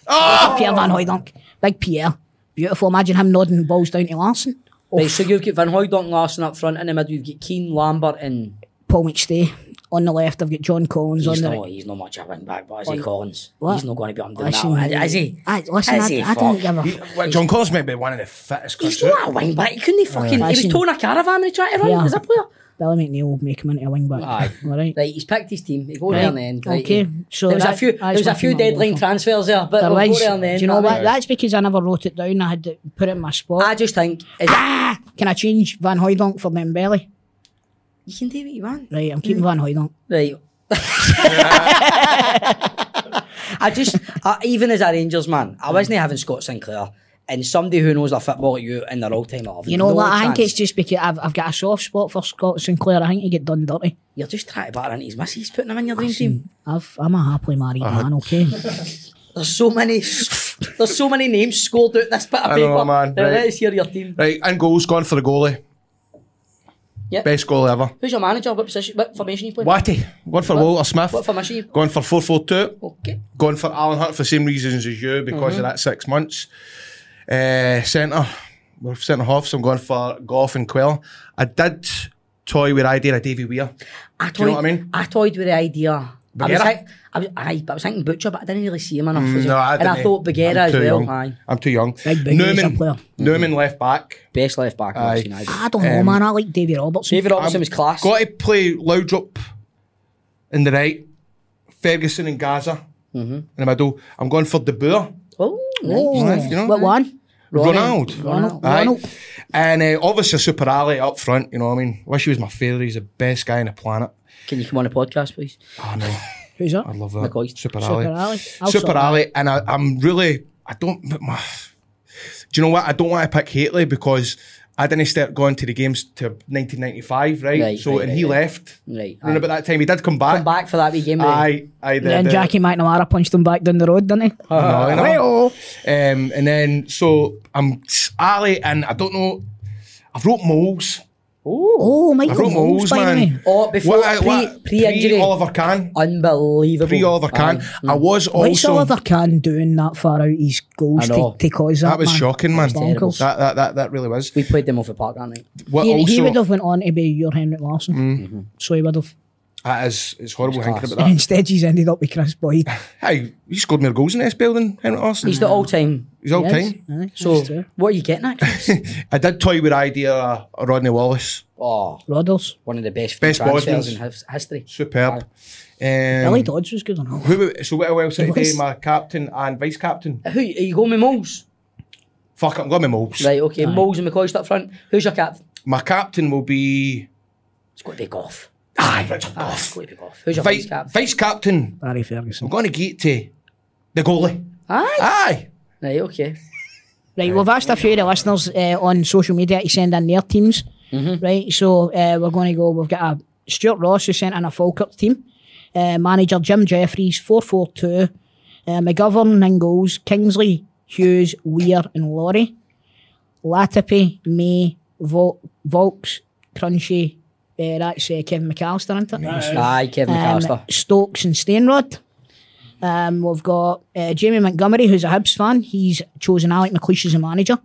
F: Pierre Van Hooydonk, big Pierre, beautiful. Imagine him nodding balls down to Larsson.
C: Right, so you've got Van Hooydonk, Larsen up front, in the middle you've got Keane, Lambert and...
F: Paul McStay on the left. I've got John Collins
C: He's
F: on the
C: not,
F: right.
C: he's not much of a wing back, but is he Collins?
F: What?
C: He's not going to be under that
F: Listen,
C: one, is he?
F: I, listen,
C: Is
F: I,
C: he?
F: I don't
C: Fuck.
F: give a
E: He, well, John Collins might be one of the fittest
C: He's
E: cunts
C: not a wing back. He couldn't fucking... he was
F: Listen.
C: towing a caravan when he tried to run
F: Yeah.
C: as a player.
F: Billy McNeil will make him into a wing back.
C: Aye.
F: All right.
C: Right, he's picked his team. He goes there in the end. Right?
F: Okay, so
C: there was a
F: that-
C: few.
F: that's
C: There was a
F: what
C: few
F: I'm going
C: deadline
F: for.
C: transfers there, but
F: There
C: we'll go
F: is.
C: there in the end.
F: Do you know
C: I
F: what?
C: think.
F: That's because I never wrote it down. I had to put it in my spot.
C: I just think is
F: ah, can I change Van Hooydonk for Dembele?
C: you can do what you want.
F: Right, I'm
C: Hmm.
F: keeping Van Hooydonk.
C: Right. I just, I, even as a Rangers man, I
F: Mm.
C: wasn't having Scott Sinclair and somebody who knows their football at you and their all time love.
F: You know
C: no
F: what? I think
C: chance.
F: it's just because I've, I've got a soft spot for Scott Sinclair. I think he get done dirty.
C: You're just trying to batter into his missus, putting him in your dream team.
F: I've, I'm a happily married
E: Uh-huh.
F: man, okay?
C: There's so many, there's so many names scored out this bit of
E: I
C: paper.
E: know, man,
C: Now
E: right.
C: Let's hear your team.
E: Right, and goals gone for the goalie.
C: Yeah.
E: Best goalie ever.
C: Who's your manager? What position? What formation you play?
E: Watty. Gone for Walter Smith.
C: What Oh. formation you?
E: Gone for 442.
C: Okay.
E: Gone for Alan Hunt for the same reasons as you because
C: Mm-hmm.
E: of that six months. Uh, centre. We're centre half, so I'm going for Goff and Quell. I did toy with the idea of Davy Weir.
C: I toyed,
E: Do you know what I mean?
C: I toyed with the idea. I was,
E: Bagheera?
C: think, I, was, aye, but I was thinking Butcher, but I didn't really see him enough. was it?
E: Mm, No, I
C: and I
E: didn't.
C: thought Bagheera
E: I'm
C: as
E: too
C: well.
E: young.
C: Aye.
E: I'm too young.
F: Big Biggie is a
E: Newman,
F: player.
E: Newman left back.
C: Best left back I've
E: Aye.
C: seen either.
F: I don't know,
E: Um,
F: man. I like Davy Robertson.
C: David Robertson was class.
E: Got to play Loudrop in the right, Ferguson and Gaza
C: Mm-hmm.
E: in the middle. I'm going for De Boer.
C: oh,
F: Oh,
E: Nice, you know.
F: What one?
E: Ronald.
F: Ronald.
E: Aye.
F: Ronald.
E: And uh, obviously Super Ali up front, you know what I mean? Wish he was my favourite, he's the best guy on the planet.
C: Can you come on the podcast, please?
E: Oh no,
F: Who's that?
E: I love that.
C: McCoy.
E: Super
F: Super
E: Ali.
F: Ali. I'll sort
E: Super
F: that.
E: Ali, and I, I'm really, I don't, but my, do you know what? I don't want to pick Hatley because I didn't start going to the games to 1995, right?
C: Right,
E: so,
C: right,
E: and
C: right,
E: he
C: right.
E: left.
C: Right,
E: Around
C: aye.
E: about that time, he did come back.
C: Come back for that wee game. mate.
E: Aye, aye. the-
F: Then
E: the-
F: Jackie Oh, McNamara punched him back down the road, didn't he?
E: No, you know. Um, and then, so I'm Ali, and I don't know, I've wrote Moles.
F: Oh,
E: I
F: Michael
E: wrote
F: Moles,
E: Moles,
F: by the way.
E: man.
C: Oh, before
E: What I-
C: pre-
E: what-
C: pre-injury.
E: Oliver Kahn.
F: Oh.
C: Unbelievable.
E: Pre Oliver Kahn.
C: Aye.
E: I was
F: What's
E: also.
F: Oliver Kahn doing that far out his
C: I
F: goals to,
C: know.
F: to cause that?
E: That was
F: man?
E: shocking, man.
F: terrible.
E: That, that, that, that really was.
C: We played them off the park that night.
E: What
F: He,
E: also,
F: he would have went on to be your Henrik Larsson. So he would have.
E: that is, it's horrible thinking about
F: And
E: that.
F: instead, he's ended up with Chris Boyd.
E: Hey, he scored more goals in this building, Henry Arsenal.
C: He's the all-time.
E: He's all
F: Yes,
E: time.
F: aye, that's
C: So,
F: true.
C: what are you getting at, Chris?
E: I did toy with the idea of Rodney Wallace.
C: oh,
F: Rodders.
C: one of the best, free
E: Best
C: transfers in
E: Bosmans.
C: his- history.
E: Superb.
F: Billy
E: Um,
F: Dodds was good or not?
E: who, so what else did I
F: was-
E: do? My captain and vice captain.
C: Uh, Who are you going with, Moles?
E: Fuck, I'm going with Moles.
C: Right, okay. Moles and McCoy's up front. Who's your captain?
E: My captain will be.
C: It's got to be Goff.
E: Aye, Richard
C: Ah,
E: Goff.
C: It's got to be Goff. Who's your
E: Vice,
C: vice captain?
E: vice captain.
F: Barry
E: I'm
F: Ferguson.
E: going to get to The goalie.
C: Aye.
E: Aye.
C: Right, okay.
F: Right, we've asked a few of the listeners uh, on social media to send in their teams. Right, so uh, we're going to go. We've got a Stuart Ross who sent in a Falkirk team, uh, manager Jim Jeffries, 4 4 2, uh, McGovern, Ingalls, Kingsley, Hughes, Weir, and Laurie, Latipi, May, Vol- Volks, Crunchy, uh, that's uh, Kevin McAllister, isn't it?
C: Aye, Kevin
F: Um,
C: McAllister.
F: Stokes and Steinrod. Um, we've got uh, Jamie Montgomery, who's a Hibs fan. He's chosen Alec McLeish as a manager.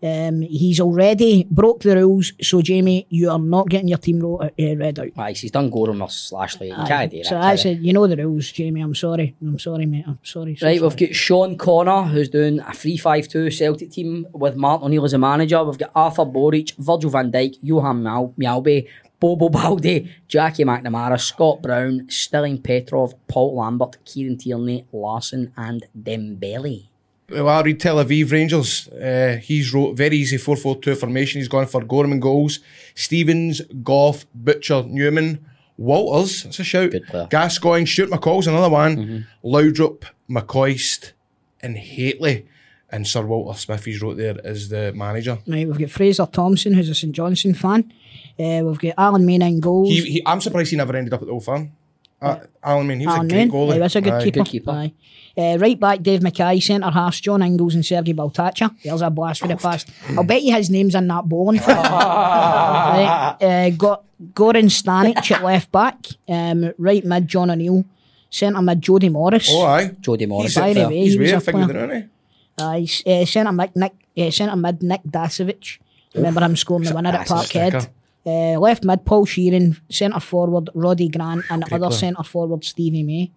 F: Um, he's already broke the rules, so Jamie, you are not getting your team ro- uh, read out.
C: Aye, he's done Gorham or Slashley. You can't do that.
F: so that's
C: can you?
F: it. You know the rules, Jamie. I'm sorry. I'm sorry, mate. I'm sorry. so
C: Right,
F: sorry.
C: we've got Sean Connor, who's doing a 3 5 2 Celtic team with Martin O'Neill as a manager. We've got Arthur Boric, Virgil van Dijk, Johan Mal- Mialbe, Bobo Balde, Jackie McNamara, Scott Brown, Stirling Petrov, Paul Lambert, Kieran Tierney, Larson, and Dembele.
E: Well, I read Tel Aviv Rangers. Uh, he's wrote very easy 4 4 2 formation. He's gone for Gorman goals. Stevens, Goff, Butcher, Newman, Walters. That's a shout.
C: Good player. Mm-hmm.
E: Gascoigne, Stuart McCall's another one. Loudrup, McCoist, and Haitley. And Sir Walter Smith, he's wrote there as the manager.
F: Right, we've got Fraser Thompson, who's a St Johnson fan. Uh, we've got Alan Main in goals.
E: He, he, I'm surprised he never ended up at the Old Firm. Uh, Alan Mean, he was
F: Alan
E: a great
F: Moon.
E: goalie.
F: Aye, that's a good
E: Aye.
F: keeper.
C: good keeper.
F: Aye. Uh, right back, Dave Mackay, centre halves, John Ingles and Sergey Baltacha. There's a blast for the past. I'll bet you his name's in that bowling. right, uh, got Goran Stanic at left back, um, right mid, John O'Neill, centre mid, Jody Morris.
E: Oh, aye.
C: Jody Morris.
E: He's,
F: By the
E: a,
F: way,
E: he's
F: he was
E: way
F: a
E: a figure,
F: player.
E: there, isn't he?
F: Aye, s- uh, centre mid, Nick, uh, centre mid, Nick Dasovic. Remember him scoring the winner at
E: that's a
F: Parkhead.
E: sticker.
F: Uh, left mid, Paul Sheeran, centre forward, Roddy Grant, and the other centre forward, Stevie May.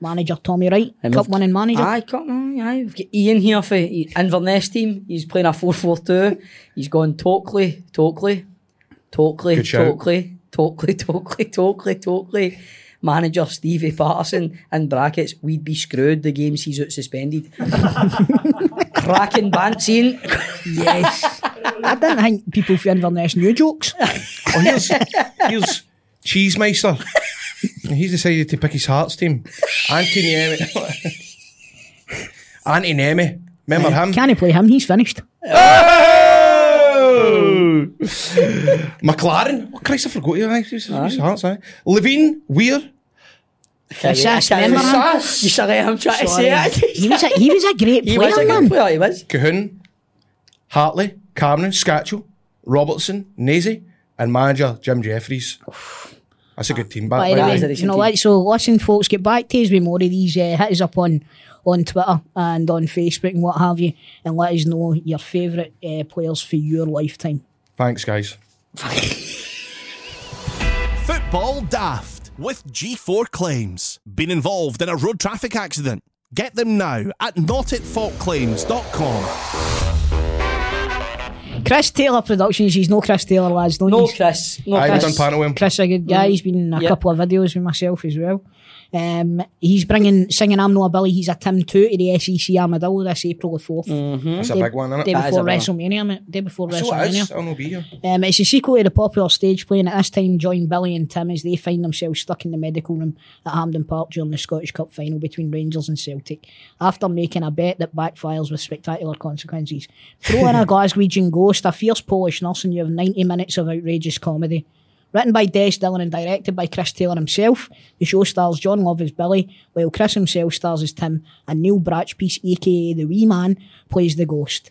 F: Manager Tommy Wright,
C: And
F: cup
C: we've-
F: winning manager.
C: Aye, come on, aye. We've got Ian here for Inverness team. He's playing a 4 4 2. He's gone Tokley, Tokley, Tokley,
E: Good shout.
C: Tokley, Tokley, Tokley, Tokley, Tokley. Manager Stevie Patterson in brackets, we'd be screwed. The game sees it suspended. Cracking Banteen. yes.
F: I didn't think people from Inverness knew jokes.
E: Oh, here's, here's Cheesemeister. He's decided to pick his Hearts team. Anthony Emmy. Anthony Emmy. Remember him?
F: Can he play him? He's finished.
E: Oh! McLaren. Oh, Christ, I forgot you. Aye. He's, he's Hearts, aye. Levine, Weir.
F: Sass,
C: Can you-
F: remember him?
E: Sass.
C: You sorry, I'm trying
F: Sorry.
C: to say it.
F: He was a, he was a great
C: He
F: player,
C: was a
F: man.
C: good player, he was.
E: Cahoon, Hartley, Cameron, Scatchell, Robertson, Nazy, and manager Jim Jeffries. That's a good team back.
F: By
E: by
F: the
E: the
C: That
F: way,
C: is a
E: way.
F: you know
C: decent
F: what? So listen, folks, get back to us with more of these uh, hit us up on on Twitter and on Facebook and what have you, and let us know your favourite uh, players for your lifetime.
E: Thanks, guys.
A: Football Daft with G4 Claims. Been involved in a road traffic accident? Get them now at notitfaultclaims.com.
F: Chris Taylor Productions. He's no Chris Taylor, lads. Don't
C: No,
F: you?
C: Chris. No,
E: Aye, we've
C: Chris.
E: done panel with him.
F: Chris, a good guy. He's been in a
C: Yep.
F: couple of videos with myself as well. Um, he's bringing singing "I'm No a Billy." He's a Tim two to the SEC Armadillo this April the 4th
C: Mm.
E: That's a big one, isn't it?
F: Day
C: That is
F: before
C: a big
F: WrestleMania, mate. Day before
E: So it
F: WrestleMania.
E: is. I'll not be here.
F: Um, it's a sequel to the popular stage play, and at this time, join Billy and Tim as they find themselves stuck in the medical room at Hampden Park during the Scottish Cup final between Rangers and Celtic. After making a bet that backfires with spectacular consequences, throw in a Glaswegian ghost, a fierce Polish nurse, and you have 90 minutes of outrageous comedy. Written by Des Dillon and directed by Chris Taylor himself, the show stars John Love as Billy, while Chris himself stars as Tim, and Neil Bratchpiece, aka the Wee Man, plays the ghost.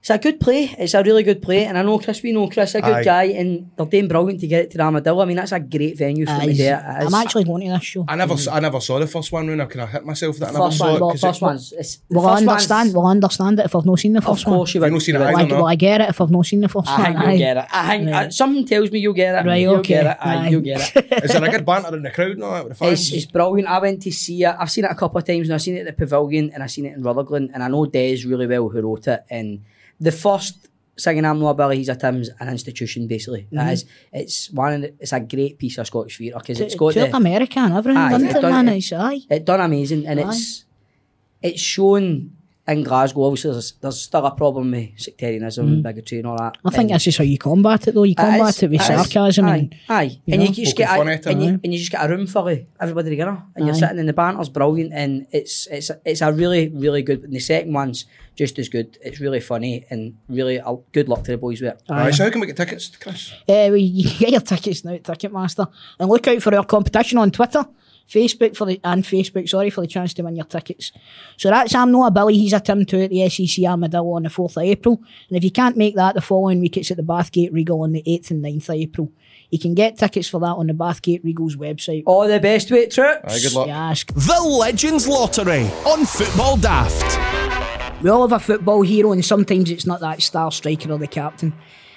C: It's a good play. It's a really good play, and I know Chris. We know Chris, a good
E: Aye.
C: guy, and they're doing brilliant to get it to Armadillo. I mean, that's a great venue for me. There, It
F: I'm
C: is.
F: actually going to this show.
E: I never, s I never saw the first one, Runa. Can I hit myself that I never
C: first
E: saw
C: one.
E: it?
C: well,
E: 'Cause
C: first
E: it-
C: one's. It's, the
F: Well, I
C: first
F: understand.
C: One's,
F: Well, I understand it if I've not seen the
C: of
F: first
C: course, you
E: I've
C: would.
E: not seen it
C: you would.
E: either.
F: one.
E: don't
F: Like,
E: know.
F: will I get it if I've not seen the first
C: I
F: one?
C: think you'll get it. I think uh, something tells me you'll get it.
F: Right,
C: you'll
F: okay.
C: get it. Aye,
F: Aye.
C: you'll get it.
E: Is there a good banter in the crowd now? With the fans?
C: It's, it's brilliant. I went to see it. I've seen it a couple of times, and I've seen it at the Pavilion, and I've seen it in Rutherglen, and I know Des really well who wrote it. And the first singing "I'm Not a Billy, He's a Tim's" an institution basically. That Mm-hmm. is, it's one. Of the, it's a great piece of Scottish theatre because it's got
F: It's
C: the,
F: America and everything,
C: Aye,
F: doesn't
C: it's
F: it,
C: done-
F: man? It's aye.
C: It done amazing, and it's it's shown in Glasgow, obviously, there's, there's still a problem with sectarianism, and bigotry, and all that.
F: I think
C: And-
F: that's just how you combat it, though. You
C: It
F: combat
C: is,
F: it
C: it
F: with
C: is.
F: sarcasm
C: Aye,
F: and
C: aye.
F: you
C: and
F: know,
C: you just
E: poking
C: get a,
E: fun at it,
C: and, you,
E: aye.
C: and you just get a room for it, everybody together, and you're
F: Aye.
C: sitting and the banter's brilliant, and it's it's it's a really really good. And the second one's just as good. It's really funny and really uh, good luck to the boys with it.
E: Aye, so how can we get tickets, Chris?
F: Uh, well, you can get your tickets now at Ticketmaster. And look out for our competition on Twitter, Facebook for the and Facebook, sorry, for the chance to win your tickets. So that's I'm not a Billy, he's a Tim too at the E SEC Armadillo on the 4th of April. And if you can't make that the following week, it's at the Bathgate Regal on the 8th and 9th of April. You can get tickets for that on the Bathgate Regal's website.
C: All the best to it, Troops.
E: Aye, Oh, good luck.
F: Yes.
A: The Legends Lottery on Football Daft.
F: We all have a football hero, and sometimes it's not that star striker or the captain.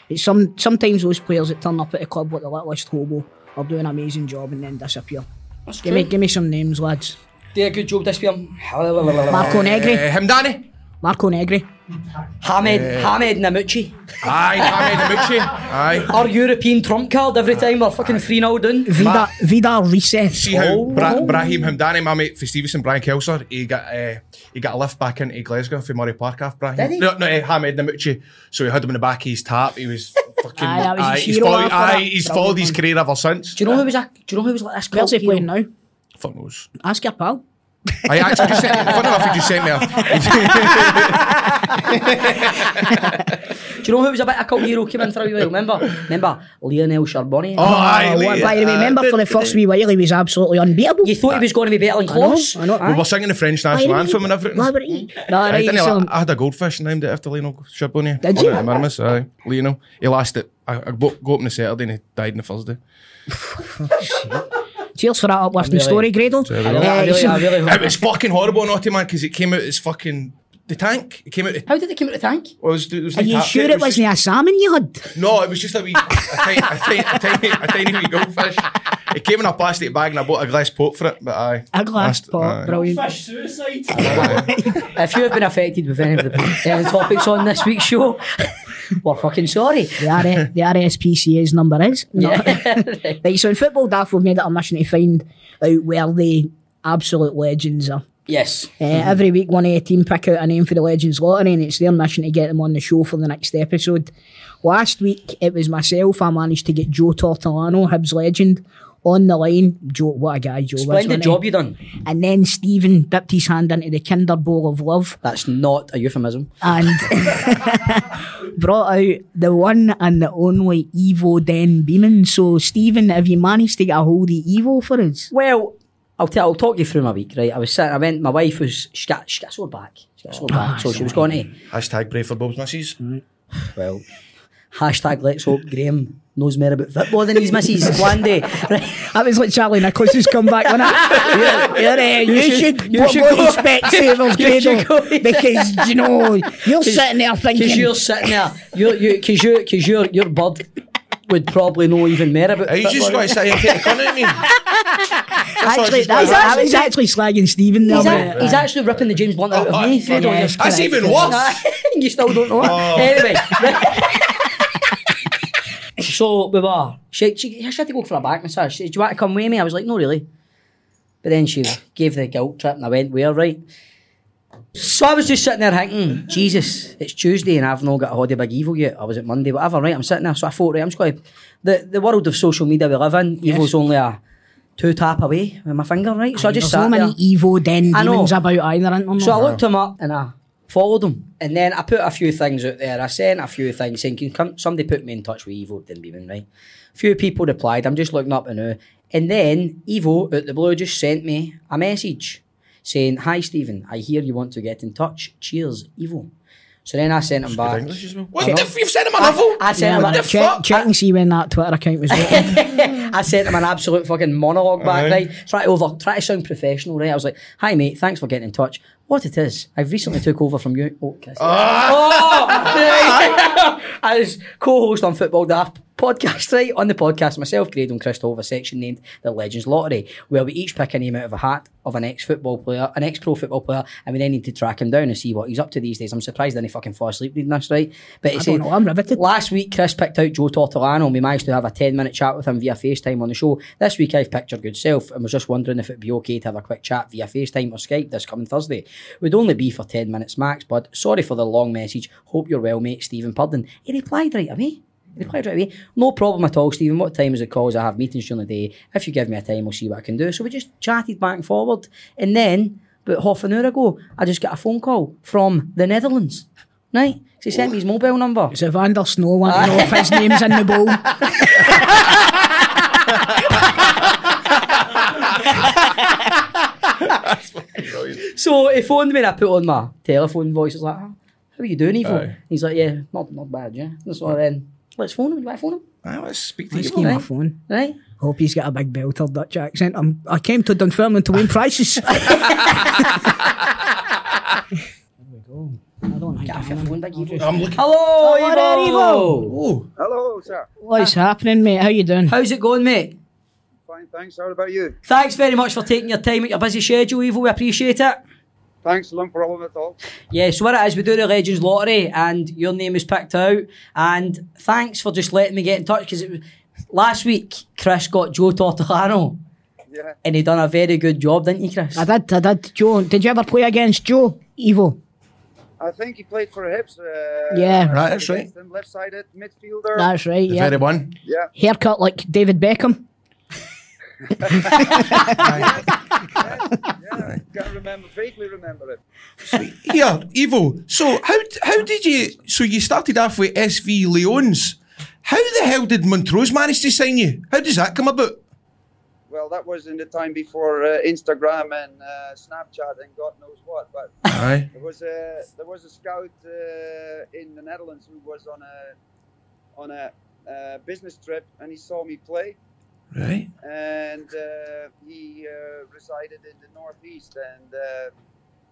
F: It's some sometimes those players that turn up at the club with the littlest hobo are doing an amazing job and then disappear. give me give me some names, lads.
C: Did a good job this year.
F: Marco Negri,
E: Eh, Hamdani.
F: Marco Negri,
C: Hamed Hamed Namuchi.
E: Aye, Hamid Amuchi. Aye.
C: Our European trump card every time we're fucking three 0 down.
F: Vida Vida Recess,
E: See how
C: Oh.
E: Bra- Brahim Hamdani, my mate for Stevenson, Brian Kelser, he got uh, he got a lift back into Glasgow for Murray Park after Brahim.
C: Did he?
E: No, no, uh, Hamid Namuchi. So he had him in the back of his tap. He was fucking.
F: Aye, that was his
E: he's
F: hero
E: followed,
F: after
E: aye,
F: that.
E: he's followed his career ever since.
C: Do you know who was a, Do you know who was like this?
F: where's he
C: cult hero?
F: playing now?
E: Fuck Ah, knows.
F: Ask your pal.
E: I actually just sent. Funny enough, he just sent me. A,
C: Do you know who was a bit of a cult hero came in for a wee while? Remember, remember Lionel Charbonnier.
E: oh, aye.
F: Oh,
E: Lee,
F: what- by the way,
C: uh,
E: aye.
F: remember for the first wee while he was absolutely unbeatable.
C: You thought he was going to be better than
F: I know,
C: Kloss.
F: I know.
E: We were singing the French national anthem and everything.
F: Why would he? No,
E: I,
F: right,
E: didn't,
F: so-
E: I, I had a goldfish named it after Lionel Charbonnier.
F: Did
E: On
F: you?
E: it at Miramis, aye. Lionel. He lasted. I, I go, go up on the Saturday and he died on the Thursday.
F: Cheers for that uplifting
C: really-
F: story, Gradle.
C: I really, I
F: Uh,
C: really,
F: so-
C: I really
E: It
C: hope.
E: was fucking horrible, naughty man, because it came out as fucking the tank. It came out.
C: How did it come out of the tank?
E: Well, it was, it was
F: Are
E: the
F: you
E: tap-
F: sure it
E: was
F: wasn't a salmon you had?
E: just- No, it was just a wee, a tiny, a tiny, a tiny, a tiny wee goldfish. It came in a plastic bag and I bought a glass pot for it, but aye.
F: A glass
E: Last-
F: pot,
E: aye.
F: brilliant.
H: Fish suicide.
C: If you have been affected with any of the uh, topics on this week's show, we're fucking sorry.
F: The, R- E the RSPCA's number is. No. right, so in Football Daft, we've made it a mission to find out where the eh, absolute legends are.
C: Yes.
F: Uh, Every week, one of the team pick out a name for the Legends Lottery, and it's their mission to get them on the show for the next episode. Last week, it was myself. I managed to get Joe Tortolano, Hibs legend, on the line. Joe, what a guy, Joe. was,
C: Splendid
F: wasn't
C: job
F: he?
C: you done.
F: And then Stephen dipped his hand into the Kinder Bowl of Love.
C: That's not a euphemism.
F: and brought out the one and the only Evo Den Beeman. So, Stephen, have you managed to get a hold of Evo for us?
C: Well, I'll tell. I'll talk you through my week. Right. I was sitting. I went. My wife was. She got. She got a sore back. She got a sore
E: Ah,
C: back. so she was going to.
E: Hashtag pray for Bob's missus.
F: Mm.
C: Well. Hashtag let's hope Graham knows more about football than his missus one day. Right.
F: That was like Charlie Nicholas's comeback, wasn't it? You're, you're, uh, you, should,
C: you
F: put
C: should
F: on
C: go.
F: your Specsavers,
C: You should
F: Gradle,
C: go.
F: because, you know, you're sitting there
C: Because
F: thinking,
C: you're sitting there, you're, you, because you, because your your bud would probably know even more about.
E: Are you just
C: football.
E: going to say and take the cunt at me? That's what I
F: actually,
E: just-
F: that's,
E: I-
F: I was actually slagging Stephen there.
C: He's,
F: mate.
C: a, he's actually ripping the James Blunt out of
E: I-
C: me.
E: I-
C: You don't
F: yeah,
C: just-
E: That's even worse.
C: you still don't know. it. Anyway. so we were. She, she, she had to go for a back massage. She said, Do you want to come with me? I was like, No, really. But then she gave the guilt trip and I went with her, right? So I was just sitting there thinking, Jesus, it's Tuesday and I've not got a holiday big evil yet. I was at Monday, whatever, right? I'm sitting there. So I thought, right, I'm just going to. The, the world of social media we live in, evil's only a two tap away with my finger, right? So I, just sat
F: uh, There's so many
C: there.
F: Evo Den
C: I know.
F: Beemans about either, aren't there?
C: So I looked him up and I followed him. And then I put a few things out there. I sent a few things saying, Can come, somebody put me in touch with Evo Didn't Beeman, right? few people replied, I'm just looking up and now. And then Evo out the blue just sent me a message saying, Hi Stephen, I hear you want to get in touch. Cheers, Evo. So then I sent him back.
E: English as well. What the f- you've sent him a novel?
C: I sent him
E: What
C: a-
E: the
F: check,
E: fuck?
F: check and see when that Twitter account was open.
C: I sent him an absolute fucking monologue back, right? Try to over, try to sound professional, right? I was like, "Hi, mate, thanks for getting in touch. What it is? I've recently took over from
F: Ah!
C: you. Oh, can I say that? Oh, I was co-host on Football Daft podcast, right? On the podcast, myself, Grado and Crystal have a section named the Legends Lottery, where we each pick a name out of a hat of an ex-football player, an ex-pro football player, and we then need to track him down and see what he's up to these days. I'm surprised I didn't fucking fall asleep reading this, right? But it's
F: don't know, I'm riveted.
C: Last week, Chris picked out Joe Tortolano, and we managed to have a 10 minute chat with him via FaceTime on the show. This week, I've picked your good self and was just wondering if it'd be okay to have a quick chat via FaceTime or Skype this coming Thursday. Would only be for 10 minutes max, but sorry for the long message. Hope you're well, mate. Stephen Purden. He replied right away. He replied right away. No problem at all, Stephen. What time is it? Calls I have meetings during the day. If you give me a time, we'll see what I can do. So we just chatted back and forward. And then, about half an hour ago, I just got a phone call from the Netherlands. Right? So he sent me his mobile number.
F: It's a Van der Snow one to know if his name's in the bowl.
C: So he phoned me and I put on my telephone voice. I was like, "Ah, how are you doing, Evo?
E: Aye.
C: He's like, yeah, not not bad, yeah. And so then, let's phone him. Do I phone him?
E: Ah, let's speak to
F: Let's
E: you.
F: give him a
C: right.
F: phone.
C: Right?
F: Hope he's got a big belter Dutch accent. I'm, I came to Dunfermline to win prizes. there we go. I don't like
C: Get a
F: that.
C: phone back, Evo.
E: I'm
F: Oh.
E: looking.
C: Hello,
F: Hello there,
C: Evo.
E: Oh,
H: Hello, sir.
F: What's happening, mate? How you doing?
C: How's it going, mate?
H: Fine, thanks. How about you?
C: Thanks very much for taking your time at your busy schedule, Evo. We appreciate it.
H: Thanks, no problem at all.
C: Yeah, so what it is, we do the Legends Lottery, and your name is picked out. And thanks for just letting me get in touch because it was last week Chris got Joe Tortolano,
H: Yeah,
C: and he done a very good job, didn't you, Chris?
F: I did, I did. Joe, did you ever play against Joe? Evo?
H: I think he played for Hibs. Uh,
F: Yeah.
E: Right, that's right.
H: against him, Left-sided midfielder.
F: That's right,
E: the
F: yeah.
E: very one.
H: yeah,
F: Haircut like David Beckham.
H: yeah. Can remember, vaguely remember it.
E: Yeah, evil. So how how did you? So you started off with SV Leones. How the hell did Montrose manage to sign you? How does that come about?
H: Well, that was in the time before uh, Instagram and uh, Snapchat and God knows what. But
E: Aye.
H: there was a there was a scout uh, in the Netherlands who was on a on a uh, business trip, and he saw me play.
E: Right.
H: and uh, he uh, resided in the northeast. And uh,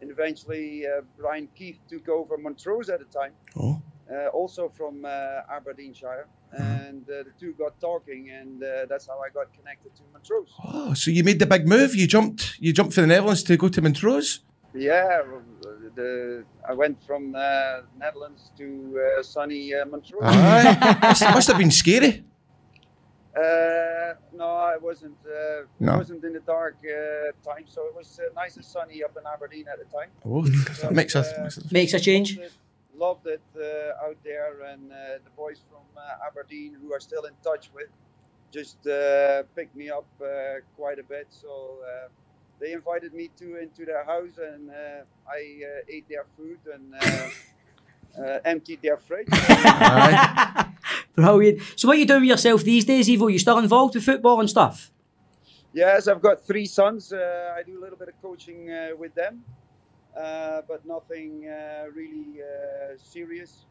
H: and eventually, uh, Brian Keith took over Montrose at the time,
E: Oh.
H: uh, also from uh, Aberdeenshire. And uh, the two got talking, and uh, that's how I got connected to Montrose.
E: Oh, so you made the big move. You jumped. You jumped for the Netherlands to go to Montrose.
H: Yeah, well, uh, the, I went from uh, Netherlands to uh, sunny uh, Montrose.
E: Uh-huh. Aye. must, must have been scary.
H: Uh, no, I wasn't. Uh,
E: No.
H: wasn't in the dark uh, time, so it was uh, nice and sunny up in Aberdeen at the time.
E: Oh, that makes us. makes us-
C: Makes a change.
H: Loved it uh, out there, and uh, the boys from uh, Aberdeen who are still in touch with just uh, picked me up uh, quite a bit. So uh, they invited me to into their house, and uh, I uh, ate their food and uh, uh, emptied their fridge.
E: Aye.
C: Brilliant. So what are you doing with yourself these days, Evo? You still involved with football and stuff?
H: yes, I've got three sons. Uh, I do a little bit of coaching uh, with them, uh, but nothing uh, really uh, serious.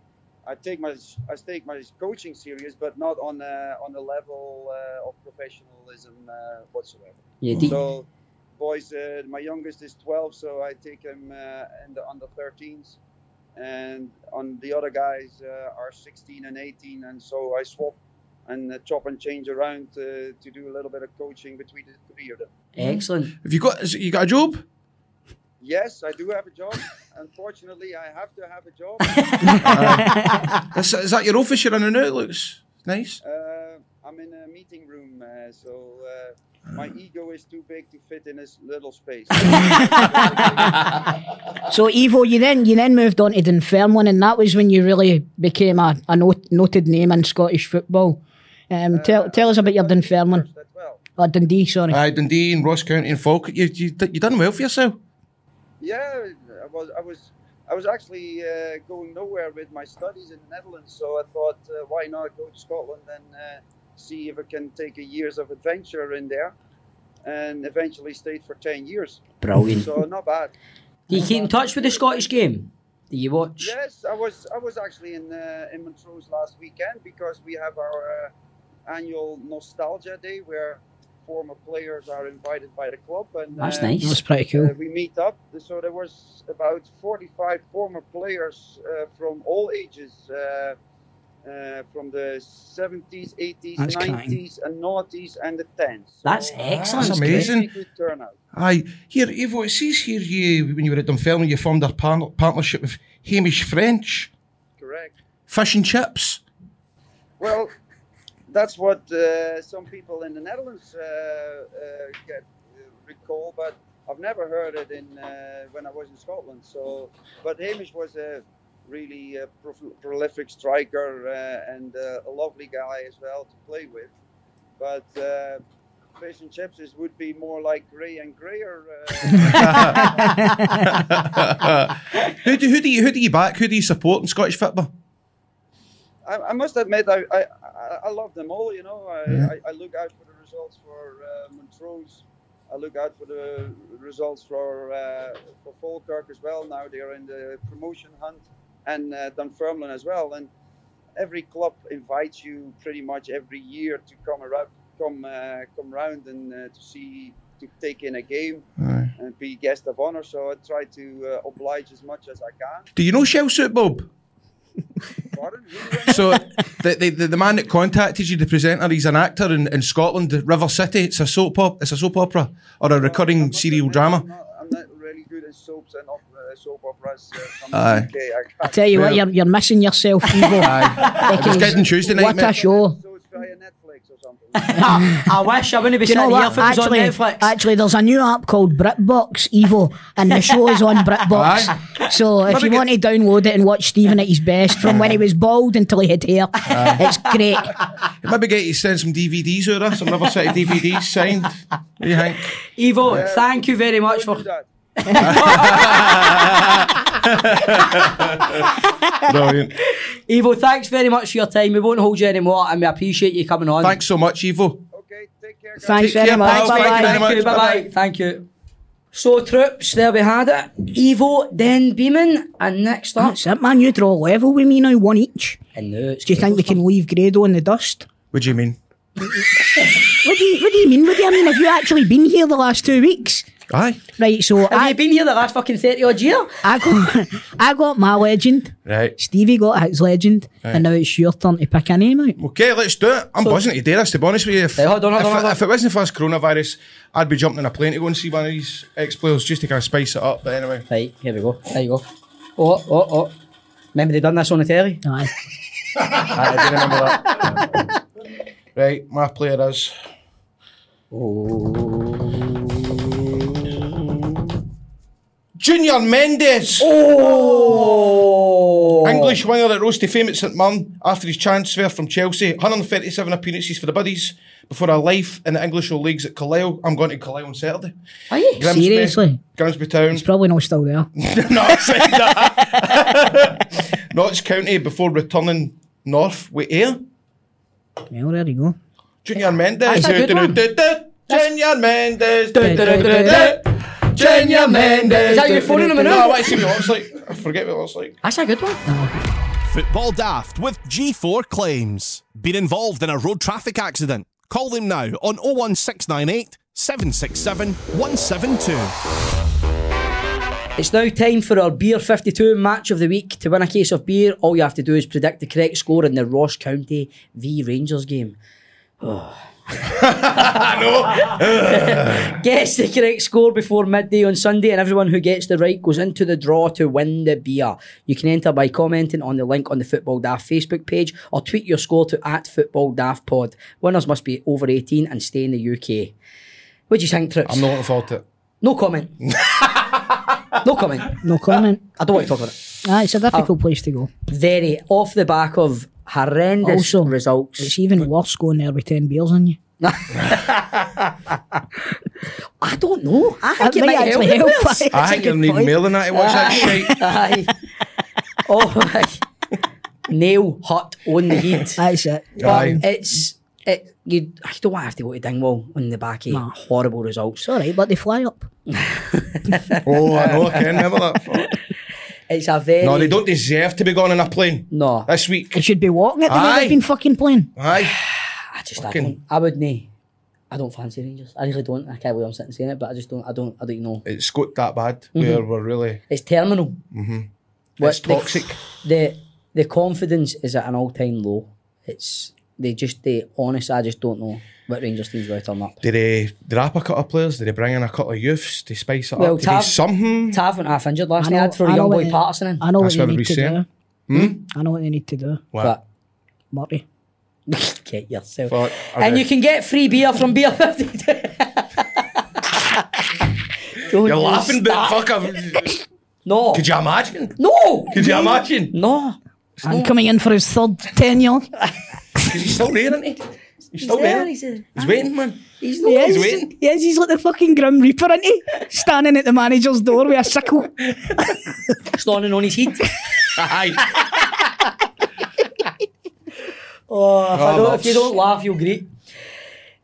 H: I take my I take my coaching serious, but not on uh, on the level uh, of professionalism uh, whatsoever.
C: Yeah, deep.
H: So, boys, uh, my youngest is 12, so I take him uh, in the under 13s, and on the other guys uh, are 16 and 18, and so I swap and uh, chop and change around uh, to do a little bit of coaching between the three of them.
C: Excellent.
E: Have you got? Has, you got a job?
H: Yes, I do have a job. Unfortunately, I have to have a job.
E: Is, is that your office you're in now? Looks nice.
H: Uh, I'm in a meeting room, uh, so uh, my ego is too big to fit in this little space.
F: So Evo, you then you then moved on to Dunfermline, and that was when you really became a, a not, noted name in Scottish football. Um, tell tell us about your Dunfermline
H: As well.
F: or Dundee, sorry.
E: Aye, Dundee and Ross County and Falk. You you you done well for yourself.
H: Yeah, I was, I was, I was actually uh, going nowhere with my studies in the Netherlands, so I thought, uh, why not go to Scotland and uh, see if I can take a years of adventure in there, and eventually stayed for ten years.
C: Brilliant.
H: So not bad.
C: Do you keep in touch with the Scottish game? Do you watch?
H: Yes, I was, I was actually in uh, in Montrose last weekend because we have our uh, annual nostalgia day where former players are invited by the club, and
C: That's
H: uh,
F: That was
C: nice.
F: pretty
H: uh,
E: Um,
F: cool.
H: we meet up. So there was about 45 former players uh, from all ages uh, uh, from the 70s, 80s,
C: That's cracking.
H: 90s, and 90s, and the 10s. So
C: That's
H: a
C: excellent.
E: That's
C: Great.
E: amazing.
H: very good turnout.
E: Aye, here, Evo, it says here you, when you were at Dunfermline, you formed a par- partnership with Hamish French.
H: Correct.
E: Fish and chips.
H: Well, that's what uh, some people in the Netherlands uh, uh, get uh, recall, but I've never heard it in uh, when I was in Scotland. So, but Hamish was a really uh pro- prolific striker uh, and uh, a lovely guy as well to play with. But uh, fish and chips is, would be more like Gray and Grayer. Uh,
E: Who do, who do you who do you back? Who do you support in Scottish football?
H: I, I must admit, I, I, I- I love them all. You know, I,
E: Yeah.
H: I, I look out for the results for uh, Montrose. I look out for the results for uh, for Falkirk as well. Now they're in the promotion hunt, and uh, Dunfermline as well. And every club invites you pretty much every year to come around, come uh, come round and uh, to see to take in a game
E: Aye.
H: and be guest of honor. So I try to uh, oblige as much as I can.
E: Do you know Shell Suit Bob?
H: Pardon? Who do I
E: So the, the, the, the man that contacted you, the presenter, he's an actor in, in Scotland, River City. It's a soap op, it's a soap opera or a
H: I
E: recurring
H: must
E: serial
H: admit,
E: drama.
H: I'm not, I'm not really good at soaps and op- uh, soap operas. Uh, from the
E: Aye.
H: UK. I
F: I
H: can't.
F: tell you what,
E: Well-
F: you're, you're missing yourself, Evo.
E: It was good on Tuesday night,
F: What a
E: mate.
F: show.
H: So it's via Netflix or something.
C: I, I wish I wouldn't be
F: Do you know
C: sitting here
F: what?
C: if it was on
F: Actually,
C: Netflix.
F: actually, there's a new app called BritBox Evo, and the show is on BritBox. so if you want to download it and watch Stephen at his best, from when he was bald until he had hair, it's great.
E: Maybe get you to send some DVDs over, some River City DVDs signed. What do you think?
C: Evo, thank you very much for.
H: Don't do that.
E: Brilliant.
C: Evo, thanks very much for your time. We won't hold you anymore, and we appreciate you coming on.
E: Thanks so much, Evo.
H: Okay, take care. Guys.
F: Thanks
E: Take care,
F: very much.
E: pal.
F: Bye
E: Thank you
F: bye.
E: very much.
C: Thank you. Bye bye. Thank you. So, troops, there we had it. Evo, then Beeman, and next up.
F: That's it, man. You draw a level with me now, one each.
C: And now it's
F: Do you think we can leave Grado in the dust?
E: What do you mean?
F: What do you, what do you mean? What do you I mean? Have you actually been here the last two weeks?
E: Aye.
F: Right, so
C: Have
F: I,
C: you been here the last fucking 30 odd year?
F: I got I got my legend.
E: Right.
F: Stevie got his legend, and now it's your turn to pick a name out.
E: Okay, let's do it. I'm buzzing to do this, to be honest with you. If,
C: Hey, hold on, hold
E: if,
C: on, hold on.
E: if it wasn't for this coronavirus, I'd be jumping in a plane to go and see one of these ex players just to kind of spice it up. But anyway.
C: Right, here we go. There you go. Oh, oh, oh. Remember they done this on the telly?
F: Aye.
E: I do remember that. right, my player is. Junior Mendes,
C: Oh!
E: English winger that rose to fame at St Mirren after his transfer from Chelsea. 137 appearances for the Buddies before a life in the English leagues at Carlisle. I'm going to Carlisle on Saturday.
C: Are you?
E: Grimsby,
F: Seriously?
E: Grimsby Town.
F: Probably not still there.
E: not saying that. Notts County before returning north with air.
F: Well, there you go.
E: Junior Mendes.
C: That's a good one.
E: Junior Mendes. Junior Mendes.
C: Is that your phone number
E: No,
C: now?
E: I want to see what it looks like. I forget what it looks like.
C: That's a good one.
A: Football Daft with G4 Claims. Been involved in a road traffic accident? Call them now on 01698 767 172.
C: It's now time for our Beer 52 match of the week. To win a case of beer, all you have to do is predict the correct score in the Ross County v Rangers game.
E: Oh.
C: I know. Guess the correct score before midday on Sunday, and everyone who gets the right goes into the draw to win the beer. You can enter by commenting on the link on the Football Daft Facebook page or tweet your score to at Football Daft Pod. Winners must be over 18 and stay in the UK. What do you think, Trips?
E: I'm not looking forward to it.
C: no comment. no comment.
F: No comment.
C: I don't want to talk about it.
F: Aye, it's a
C: Oh.
F: difficult place to go.
C: Very off the back of horrendous
F: Also,
C: results.
F: It's even worse going there with 10 beers on you.
C: I don't know. I think
F: It might actually help.
C: us.
E: I think you'll need mail than that to watch that shit.
C: Aye. Oh my. Nail hot on the heat.
F: That's it.
E: Aye.
C: But it's it, you. I don't want to have to go to Dingwall on the back of
F: No.
C: horrible results.
F: It's all right, but they fly up.
E: Oh, I know, I can remember that. Fuck.
C: It's a very
E: No, they don't deserve to be gone in a plane
C: No,
E: this week.
F: They should be walking at the way
E: Aye.
F: they've been fucking playing.
E: Aye.
C: I just I
E: fucking-
C: don't. I wouldn't. I don't fancy Rangers. I really don't. I can't believe I'm sitting saying it, but I just don't. I don't. I don't know.
E: It's
C: Mm-hmm.
E: got that bad where we're really.
C: It's terminal. Mm-hmm.
E: It's toxic.
C: The the confidence is at an all time low. It's they just they honest. I just don't know what Rangers team's going to turn up.
E: Did they drop a couple of players? Did they bring in a couple of youths to spice it
C: Well,
E: up? Did
C: Tav-
E: they something?
C: Tav went half injured last
F: I know-
C: night for
F: I
C: a
F: know
C: young
F: what
C: boy
F: they-
C: Patterson in.
F: I know
E: That's
F: what
E: what we
F: they
E: Hmm?
F: need to
E: saying.
F: do. Hmm? I know what they need to do.
E: What?
F: Murray.
C: Get yourself.
E: Fuck,
C: And
E: okay.
C: you can get free beer from Beer 52. Don't
E: You're
C: you
E: laughing, but
C: start.
E: fuck, I've-
C: No.
E: could you imagine?
C: No.
E: Could you imagine?
C: No.
F: And coming in for his third tenure.
E: Because he's still there, isn't he? He's still there. He's waiting, man.
C: He's not.
F: Yes,
E: He's waiting.
F: yes, he's like the fucking Grim Reaper, isn't he? Standing at the manager's door with a sickle.
C: Standing on his heat.
E: Aye.
C: Oh, if, I
E: Oh,
C: don't,
E: no.
C: if you don't laugh, you'll greet.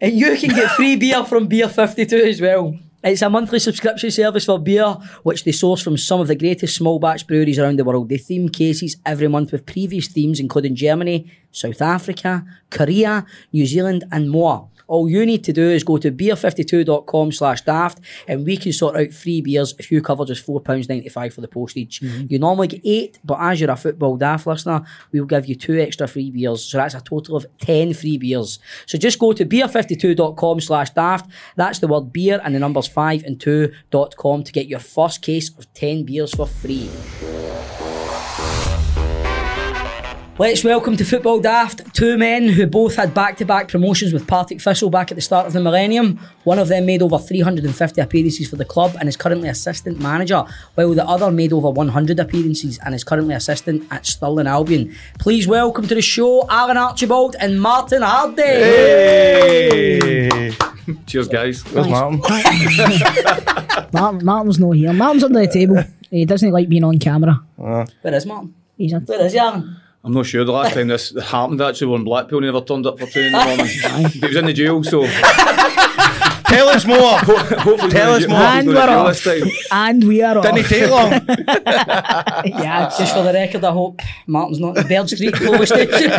C: And you can get free beer from Beer 52 as well. It's a monthly subscription service for beer, which they source from some of the greatest small batch breweries around the world. They theme cases every month with previous themes, including Germany, South Africa, Korea, New Zealand, and more. All you need to do is go to beer52.com slash daft and we can sort out free beers if you cover just £4.95 for the postage. You normally get eight, but as you're a football daft listener, we'll give you two extra free beers. So that's a total of 10 free beers. So just go to beer52.com slash daft. That's the word beer and the numbers 5 and 2.com to get your first case of 10 beers for free. Let's welcome to Football Daft two men who both had back to back promotions with Partick Thistle back at the start of the millennium. One of them made over 350 appearances for the club and is currently assistant manager, while the other made over 100 appearances and is currently assistant at Stirling Albion. Please welcome to the show Alan Archibald and Martin Hardy.
E: Hey.
I: Cheers, guys.
E: Where's Martin?
F: Martin, Martin's not here. Martin's under the table. He doesn't like being on camera.
C: Where is Martin?
F: He's a
C: Where is he, Alan?
I: I'm not sure the last time this happened actually when Blackpool never turned up for training in the morning. But he was in the duel, so
E: Tell us more.
I: hopefully
E: Tell us more.
I: he's
F: and
I: gonna
F: we're
I: do
F: off.
I: this time.
F: And we are
E: Didn't it
F: off.
E: take long?
F: Yeah,
C: Just for the record, I hope Martin's not in Bird Street Police Station.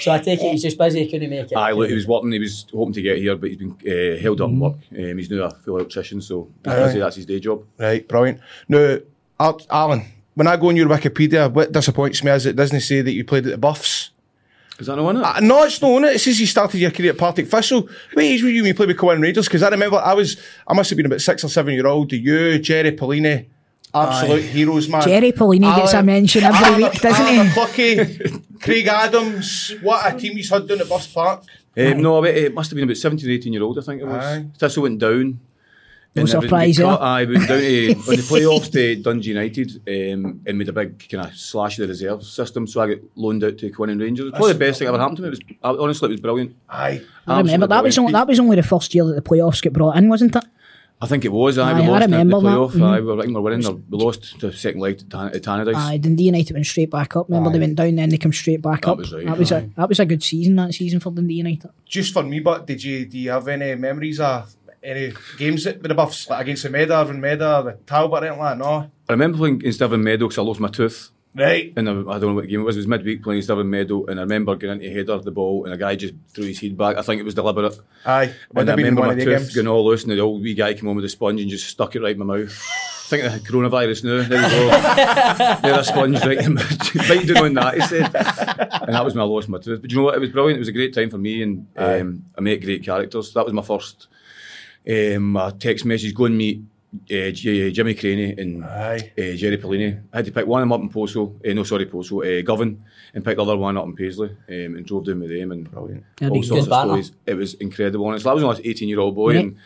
C: So I take it he's just busy, he couldn't make it.
I: Aye, look, he was working. He was hoping to get here, but he's been uh, held up in work. Um, he's now a full electrician, so he's busy, that's his day job.
E: Right, brilliant. Now, Al- Alan, when I go on your Wikipedia, what disappoints me is it doesn't say that you played at the Buffs.
I: Is that no one?
E: Uh, no, it's not on it. It says you started your career at Partick Thistle. What age were you when you played with Cowan Raiders? Because I remember I was, I must have been about six or seven year old. You, Jerry Polini, absolute heroes, man.
F: Jerry Polini gets a
E: Alan-
F: mention every
E: Alan-
F: week, doesn't
E: Alan
F: he?
E: Clucky, Craig Adams, what a team he's had down at Buffs Park.
I: Um, no, it, it must have been about 17 or 18 year old, I think it was.
E: Aye.
I: Thistle went down. No
F: surprise, yeah.
I: Aye, we went down to, on the playoffs to Dundee United um, and made a big kind of slash of the reserve system. So I got loaned out to Quinn and Rangers. It was probably the best thing that ever happened to me. It was, I- honestly, it was brilliant.
E: Aye.
F: I remember
I: Absolutely
F: that was,
I: brilliant.
F: only, that was only the first year that the playoffs got brought in, wasn't it?
I: I think it was. Aye,
F: Aye, I
I: we lost in
F: remember
I: the
F: that.
I: playoff.
F: Mhm.
I: Aye, we were, I think we were winning. or We lost the second leg to Tan- to Tannadice.
F: Aye, Dundee United went straight back up. Remember they went down, then they come straight back
I: That
F: up.
I: was right,
F: that was a that was a good season. That season for Dundee United.
E: Just for me, but did you, do you have any memories of any games that- with the Buffs, like against the Meda, Irvin Meda, the Talbot, anything like that? No.
I: I remember playing against Devon Meadow because I lost my tooth.
E: Right.
I: And I, I don't know what game it was. It was midweek playing against Devon Meadow. And I remember getting into a header of the ball and a guy just threw his head back. I think it was deliberate.
E: Aye. Would
I: And I
E: have been
I: remember
E: one
I: my
E: of the
I: tooth
E: games.
I: going all loose, and the old wee guy came on with a sponge and just stuck it right in my mouth. Think of the coronavirus now. There you go. There, a sponge right in my mouth. Bite down on that, he said. And that was when I lost my tooth. But you know what? It was brilliant. It was a great time for me, and um, I met great characters. That was my first um, uh, text message. Go and meet uh, J- Jimmy Craney and
E: Aye.
I: uh, Jerry Polini. I had to pick one of them up in Poso, uh, no, sorry, Poso, uh, Govan, and picked the other one up in Paisley um, and drove down with them. And
E: Brilliant.
I: all
F: be
I: sorts
C: good
I: of
C: banter.
I: stories. It was incredible. Honestly, I was only an 18 year old boy
F: Yeah.
I: and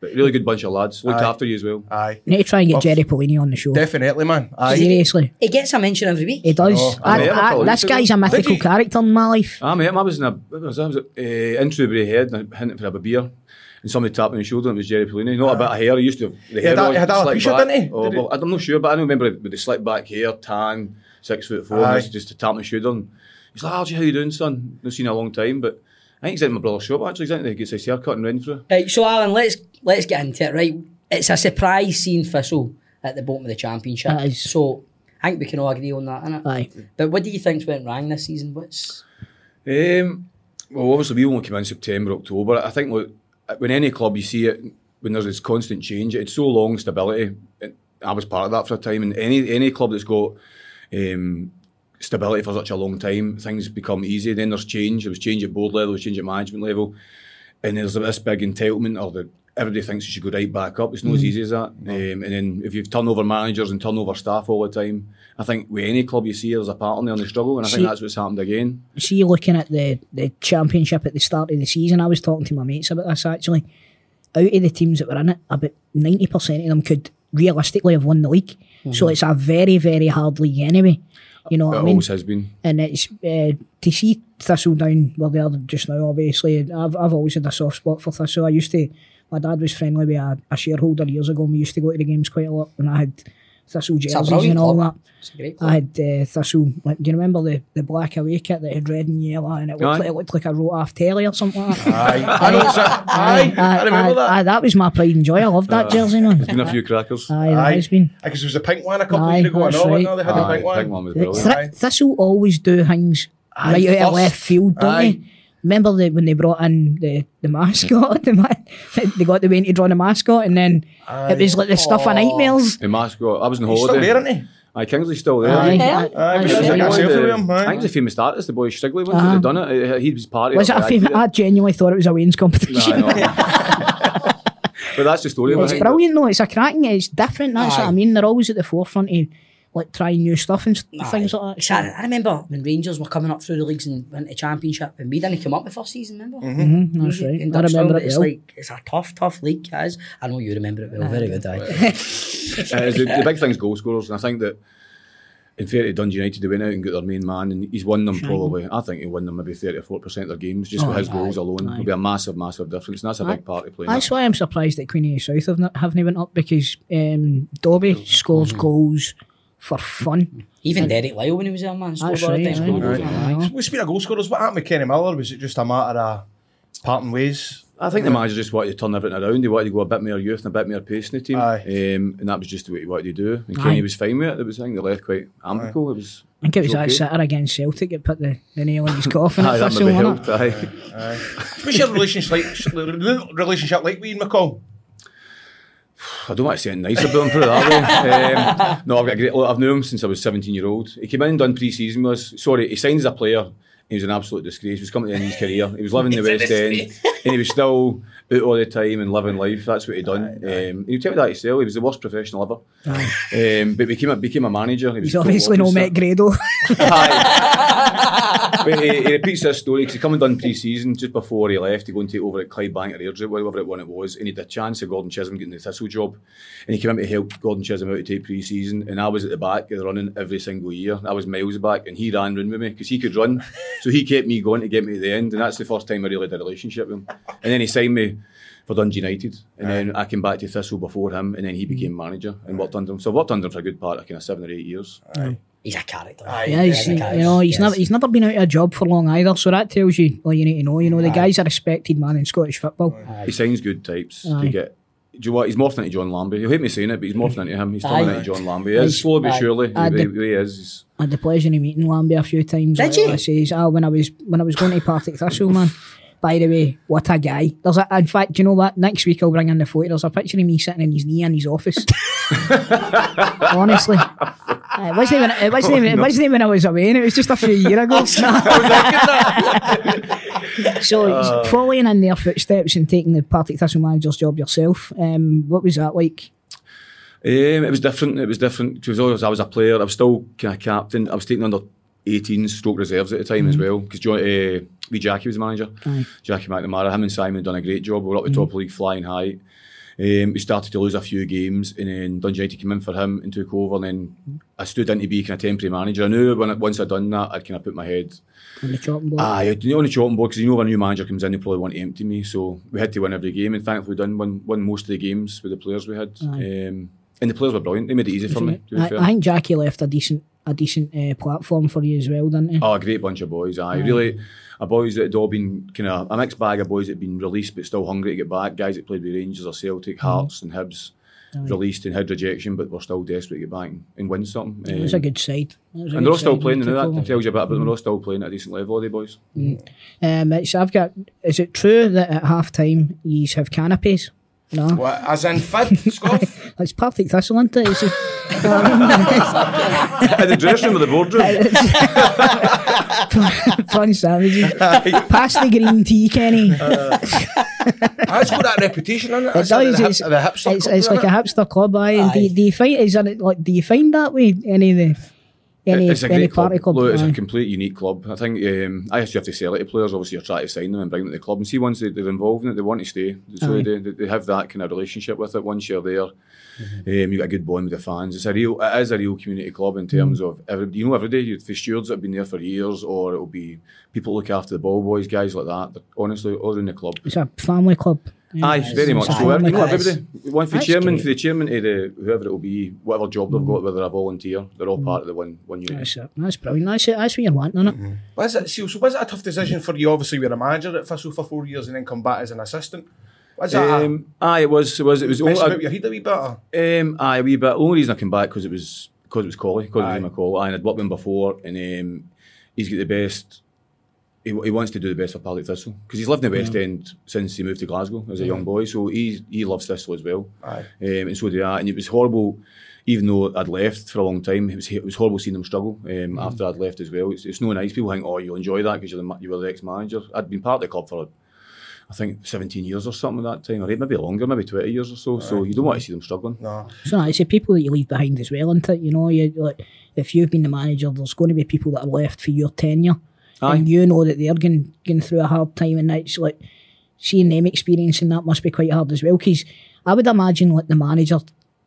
I: but really good bunch of lads. Looked after you as well.
E: Mm-hmm. Aye.
F: Need to try and get Jerry Polini on the show.
E: Definitely, man. Aye.
F: Seriously,
C: He gets a mention every week.
F: he does.
E: Oh,
F: I,
I: yeah,
F: I-
I: Polini.
F: this guy's a mythical
E: you?
F: character in my life.
I: I met him. I was in a, what was I I was at, uh, in Trueberry Head and hinting for a beer. And somebody tapped me on the shoulder, and it was Jerry Polini. Not a bit of hair, he used to have the hair.
E: had that-
I: on,
E: he had that
I: slicked
E: alopecia,
I: back.
E: didn't he?
I: Oh,
E: Did he-
I: well, I'm not sure, but I don't remember with the slick back hair, tan, six foot four,
E: Aye.
I: and he just to tap me on the shoulder. And he's like, Archie, how you doing, son? Not seen you in a long time, but I think he's in my brother's shop actually. He's in there, he gets his haircut in Renfrew.
C: Right, so Alan, let's let's get into it. Right, it's a surprise seeing Thistle at the bottom of the championship.
F: That is.
C: So I think we can all agree on that, innit?
F: Aye.
C: But what do you think's went wrong this season? What's
I: Um, well, obviously, we only came in September, October. I think look, when any club you see it, when there's this constant change, it's so long stability. And I was part of that for a time, and any any club that's got um, stability for such a long time, things become easy. Then there's change. There was change at board level, there was change at management level, and there's this big entitlement or the everybody thinks you should go right back up. It's not as easy as that. Um, and then if you've turnover managers and turnover staff all the time, I think with any club you see, there's a pattern there on the struggle, and I
F: See-
I: think that's what's happened again.
F: see looking at the the championship at the start of the season, I was talking to my mates about this actually. Out of the teams that were in it, about ninety percent of them could realistically have won the league.
C: Mm-hmm.
F: So it's a very very hard league anyway. You know what
I: It
F: I mean?
I: always has been.
F: And it's uh, to see Thistle down where they are just now. Obviously, I've I've always had a soft spot for Thistle. I used to. My dad was friendly with a, a shareholder years ago. and We used to go to the games quite a lot, and I had Thistle
C: a
F: jerseys
C: brilliant
F: and all
C: club.
F: that.
C: It's a great club.
F: I had uh, Thistle. Like, do you remember the, the black away kit that had red and yellow, and it looked,
I: Aye.
F: like, it looked like a rote off telly or something like that?
E: Aye, I know. it's a- Aye, I remember that.
F: aye, that was my pride and joy. I loved that jersey. No,
I: There's been a few crackers.
F: aye, that has been.
E: I guess it was a pink one a couple of
F: Aye,
E: years ago. I
F: that's
E: know
F: right.
E: no, they had
I: Aye,
E: a pink one.
I: big one was brilliant.
F: Th- Thistle always do things right out of
E: first.
F: left field, don't
E: Aye.
F: they? Remember the, when they brought in the, the mascot? The ma- they got the way to draw the mascot, and then it was like the stuff of nightmares.
I: The mascot. I was on
E: He's
I: holiday.
E: still there, isn't he?
I: Aye, Kingsley's still there.
F: Aye,
C: Aye,
F: aye,
E: we
F: aye,
E: should
I: Yeah,
E: Took
I: he
E: a
I: was
F: aye.
E: selfie
I: the-
E: with him, aye.
I: I think he's a famous artist, the boy Stigley one,
F: Ah.
I: uh done it. Uh, He was part of
F: Was
I: it.
F: it a
I: I
F: fam-
I: did
F: I genuinely thought it was a Wayne's
I: Nah, I
F: competition.
I: know. but that's the story
F: It's
I: behind it.
F: brilliant though. It's a cracking. It's different. That's what I mean. They're always at the forefront of like trying new stuff and s things like that.
C: See, I I remember when Rangers were coming up through the leagues and went to Championship, and we didn't come up the first season, remember?
F: Mm-hmm, that's right.
C: In
F: I
C: Dutch
F: remember
C: League,
F: it
C: It's
F: well.
C: like it's a tough, tough league, guys. I know you remember it well. Very good, aye.
I: Uh, is the, the big thing's goal scorers, and I think that in fair to Dundee United, they went out and got their main man, and he's won them probably. I think he won them maybe thirty or forty percent of their games
F: Oh,
I: just with his goals alone. It'll be a massive, massive difference, and that's a big part of playing.
F: That's
I: that.
F: why I'm surprised that Queenie of the South have not, haven't went up because um, Dobby scores goals for fun.
C: Even Derek Lyle when he was there, man. Scored
F: That's
C: all the time.
F: right. aye.
I: goals,
F: Aye.
E: We speak of goal scorers. What happened with Kenny Miller? Was it just a matter of parting ways?
I: I think the manager just wanted to turn everything around. He wanted to go a bit more youth and a bit more pace in the team,
E: Aye.
I: um, and that was just what he wanted to do. And
F: Aye.
I: Kenny was fine with it. It was I think they left quite amicable. It was.
F: I think it was
I: okay.
F: that sitter against Celtic that put the, the nail in his coffin.
I: Aye,
F: at
I: that
F: Thistle,
I: maybe
F: wasn't
I: helped.
F: it?
I: Aye.
E: What's your relationship like, relationship like with Ian McCall?
I: I don't want to say anything nice about him, put it that way. Um, no, I've got a great. Look, I've known him since I was 17 year old. He came in and done pre season with us. Sorry, he signed as a player. He was an absolute disgrace. He was coming to the end of his career. He was living in the West End and he was still out all the time and living life. That's what he done. Um, he'll tell you that himself. He was the worst professional ever. Um, but became a, became a manager. He was
F: He's obviously no Met Grado.
I: but he, he repeats this story because he come and done pre-season just before he left. He go and take over at Clydebank or Airdrie, whatever it one it was, and he had a chance of Gordon Chisholm getting the Thistle job, and he came in to help Gordon Chisholm out to take pre-season, and I was at the back of the running every single year. I was miles back, and he ran round with me because he could run, so he kept me going to get me to the end, and that's the first time I really had a relationship with him. And then he signed me. For Dundee United, and then I came back to Thistle before him, and then he became manager and worked under him. So I worked under him for a good part of kind of seven or eight years.
C: He's a character.
F: yeah, he's, you know, he's never he's never been out of a job for long either. So that tells you all you need to know. You know, the guy's a respected man in Scottish football.
I: He signs good types
F: Aye.
I: to get. Do you know what? He's morphing into John Lambie. He'll hate me saying it, but he's morphing into him. He's turning
C: Aye.
I: into John Lambie. He is slowly but
C: Aye.
I: surely.
F: Aye,
I: He,
F: the-
I: he- he is. He's-
F: I had the pleasure of meeting Lambie a few times.
C: Did
F: like
C: you?
F: I says, ah, when I was when I was going to Partick Thistle, man. By the way, what a guy. There's a, in fact, do you know what? Next week I'll bring in the photo. There's a picture of me sitting in his knee in his office. Honestly. It wasn't, even, it,
C: Oh,
F: wasn't even, it wasn't even when I was away, and it was just a few years ago. so,
C: Uh.
F: following in their footsteps and taking the Partick Thistle manager's job yourself, um, what was that like?
I: Um, it was different. It was different because always I was a player. I was still kind of captain. I was taking under 18 stroke reserves at the time as well because John uh, Lee Jackie was the manager. Jackie McNamara, him and Simon had done a great job. We were up the top of the league, flying high. Um, we started to lose a few games, and then Dundee United came in for him and took over. And then I stood in to be kind of temporary manager. I knew when I, once I'd done that, I'd kind of put my head
F: On the chopping board.
I: Aye, you're on Ah, the chopping board because you know when a new manager comes in, they probably want to empty me. So we had to win every game, and thankfully we done won, won most of the games with the players we had. Um, and the players were brilliant. They made it easy for me. To be
F: I,
I: fair.
F: I think Jackie left a decent a decent uh, platform for you as well, didn't he?
I: Oh, a great bunch of boys. Aye, really, a boys that had all been kind of a mixed bag of boys that had been released but still hungry to get back. Guys that played with Rangers or Celtic, Hearts and Hibs, released and had rejection but were still desperate to get back and, and win something.
F: It was
I: Um,
F: a good side. It was a good
I: and they're all still
F: side
I: playing.
F: when
I: and
F: they
I: That
F: took
I: tells you a bit about them. They're all still playing at a decent level. All the boys.
F: over. Um, it's, I've got. Is it true that at half time you have canapes? No.
E: What, as in fit, Scoff?
F: It's perfect thistle, isn't it? It's just-
I: In the dressing room or the boardroom?
F: Fun savages. Pass the green tea, Kenny.
I: Uh,
E: That's got that reputation on it.
F: It
E: That's in
F: does,
E: the
F: it's,
E: hip- the hipster
F: it's,
E: club,
F: it's like a
E: isn't
F: hipster club, aye. And do,
C: Aye.
F: do you find is it like do you find that way any of the any,
I: it's a
F: any
I: great
F: party club?
I: club. Look, it's
F: aye.
I: a complete unique club. I think um, I guess you have to sell it to players. Obviously, you're trying to sign them and bring them to the club. And see, once they, they're involved in it, they want to stay. So
F: Aye.
I: they, they, they have that kind of relationship with it. Once you're there,
F: Mm-hmm.
I: um, you got a good bond with the fans. It's a real, it is a real community club in terms
F: Mm.
I: of every, you know every day you'd the stewards that have been there for years, or it'll be people look after the ball boys, guys like that. They're honestly, all in the club.
F: It's a family club.
I: Aye, very much.
F: it's
I: So,
F: a
I: Ah, you know,
F: family
I: everybody, one for
F: That's
I: chairman,
F: great. Mm.
I: for the chairman to the, whoever it will be, whatever job they've got, whether a volunteer, they're all part of the one one unit.
F: That's, it. uh, that's brilliant. That's, it. that's what you're wanting, isn't it?
E: it? Was it, so so was it a tough decision for you? Obviously, you were a manager at Thistle for four years and then come back as an assistant. Was that um,
I: Um, aye, it was. It was. It was.
E: a, mess
I: Only,
E: about your head a wee bit? or-
I: um, aye, a wee bit. Only reason I came back because it was because it was Collie, because it
E: Aye.
I: was my call, and I'd worked with him before, and um, he's got the best. He, he wants to do the best for Paddy Thistle because he's lived in the
E: Mm.
I: West End since he moved to Glasgow as a young boy, so he he loves Thistle as well,
E: Aye.
I: um, and so did I. And it was horrible, even though I'd left for a long time. It was it was horrible seeing him struggle um,
E: Mm.
I: after I'd left as well. It's, it's no nice. People think, oh, you'll enjoy that because you're the, ma- you were the ex manager. I'd been part of the club for I think 17 years or something at that time, or eight, maybe longer, maybe 20 years or so. So you don't want to see them struggling.
E: No.
F: So it's the people that you leave behind as well, isn't it? You know, you like if you've been the manager, there's going to be people that are left for your tenure,
I: Aye.
F: and you know that they're going going through a hard time, and it's like seeing them experiencing that must be quite hard as well. Because I would imagine like the manager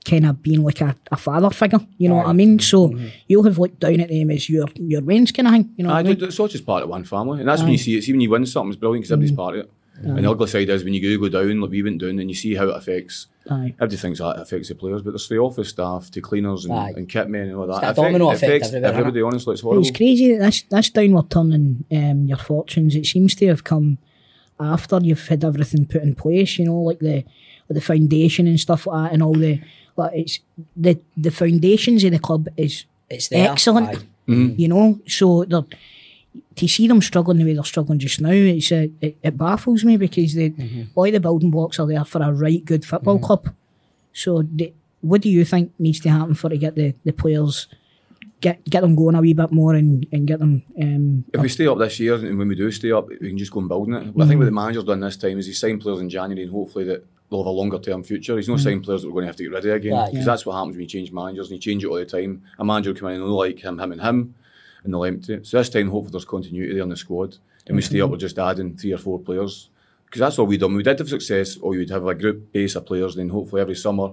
F: kind of being like a, a father figure, you know what I mean? So you'll have looked down at them as your your reins kind of thing, you know. What I
I: I
F: mean?
I: do, it's all just part of one family, and that's when you see it. See, when you win something, it's brilliant because
C: Mm.
I: everybody's part of it. And the ugly side is when you do go down, like we went down, and you see how it affects.
F: Aye.
I: Everybody thinks that affects the players, but there's the office staff, to cleaners and,
C: Aye.
I: and kit men and all that.
C: It's got a domino
I: Affect-
C: effect
I: affects
C: everywhere,
I: everybody. Honestly, it's
F: Well,
I: horrible.
F: It's crazy that this, this downward turn in um, your fortunes, it seems to have come after you've had everything put in place, you know, like the the foundation and stuff like that and all the like it's the the foundations of the club is
C: It's there.
F: excellent.
C: Aye.
F: You know, so they're to see them struggling the way they're struggling just now, it's uh, it, it baffles me because the all the building blocks are there for a right good football club. So, the, what do you think needs to happen for to get the, the players get get them going a wee bit more and, and get them um,
I: if we stay up this year, and when we do stay up, we can just go and build on it. But I think what the manager's done this time is he's signed players in January, and hopefully that they'll have a longer term future. He's not signed players that we're going to have to get rid of again,
C: Right,
I: because that's what happens when you change managers, and you change it all the time. A manager will come in and they'll like him, him, and him, and they'll empty it. So this time, hopefully, there's continuity there in the squad, and we stay up, we're just adding three or four players, because that's all we done. When we did have success, or you'd have a group base of players, and then hopefully every summer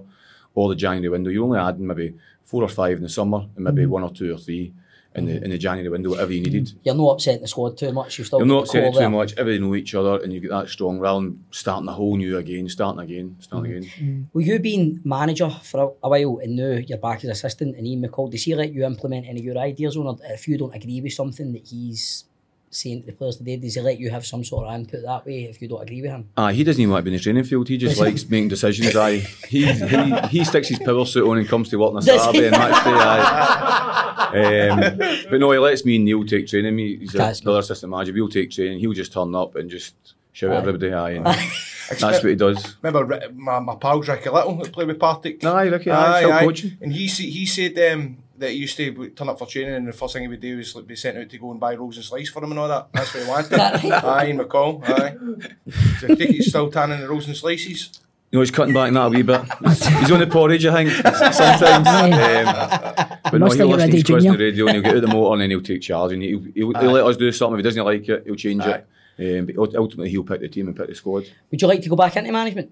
I: or the January window, you're only adding maybe four or five in the summer, and maybe one or two or three. In the, in the January window, whatever you needed.
C: You're not upsetting the squad too much. You still
I: You're
C: got
I: not
C: the
I: upset
C: core
I: it too
C: there.
I: much. Everybody know each other, and you get that strong rather than starting a whole new again, starting again,
C: Mm.
I: starting again.
C: Well, you've been manager for a, a while and now you're back as assistant and Ian McCall. Does he let you implement any of your ideas on it? If you don't agree with something that he's saying to the players today, does he let you have some sort of input that way if you don't agree with him?
I: Ah, he doesn't even like being in the training field. He just likes making decisions. Aye, he, he he sticks his power suit on and comes to work on a
C: Does
I: Saturday
C: he?
I: and match day. Aye. Um, but no, he lets me and Neil take training. He- He's a-
C: That's good.
I: another assistant manager. We'll take training. He'll just turn up and just shout
C: Aye.
I: at everybody. Aye, and that's what he does.
E: Remember Ri- my, my pal Ricky Little that played with Partick?
I: Aye, Ricky, aye, still coaching.
E: And he, sa- he said um, that he used to w- turn up for training and the first thing he would do was like, be sent out to go and buy rolls and slice for him and all that. That's what he wanted. aye, and McCall, aye. So I think he's still tanning the rolls and slices.
I: No, he's cutting back that a wee bit. He's on the porridge, I think, sometimes. Um, but no,
F: Must
I: he'll
F: have
I: listen to
F: already,
I: his quiz on the
F: Junior.
I: radio and he'll get out the motor and then he'll take charge and he'll, he'll, he'll let us do something. If he doesn't like it, he'll change it. Um, but ult- ultimately, he'll pick the team and pick the squad.
C: Would you like to go back into management?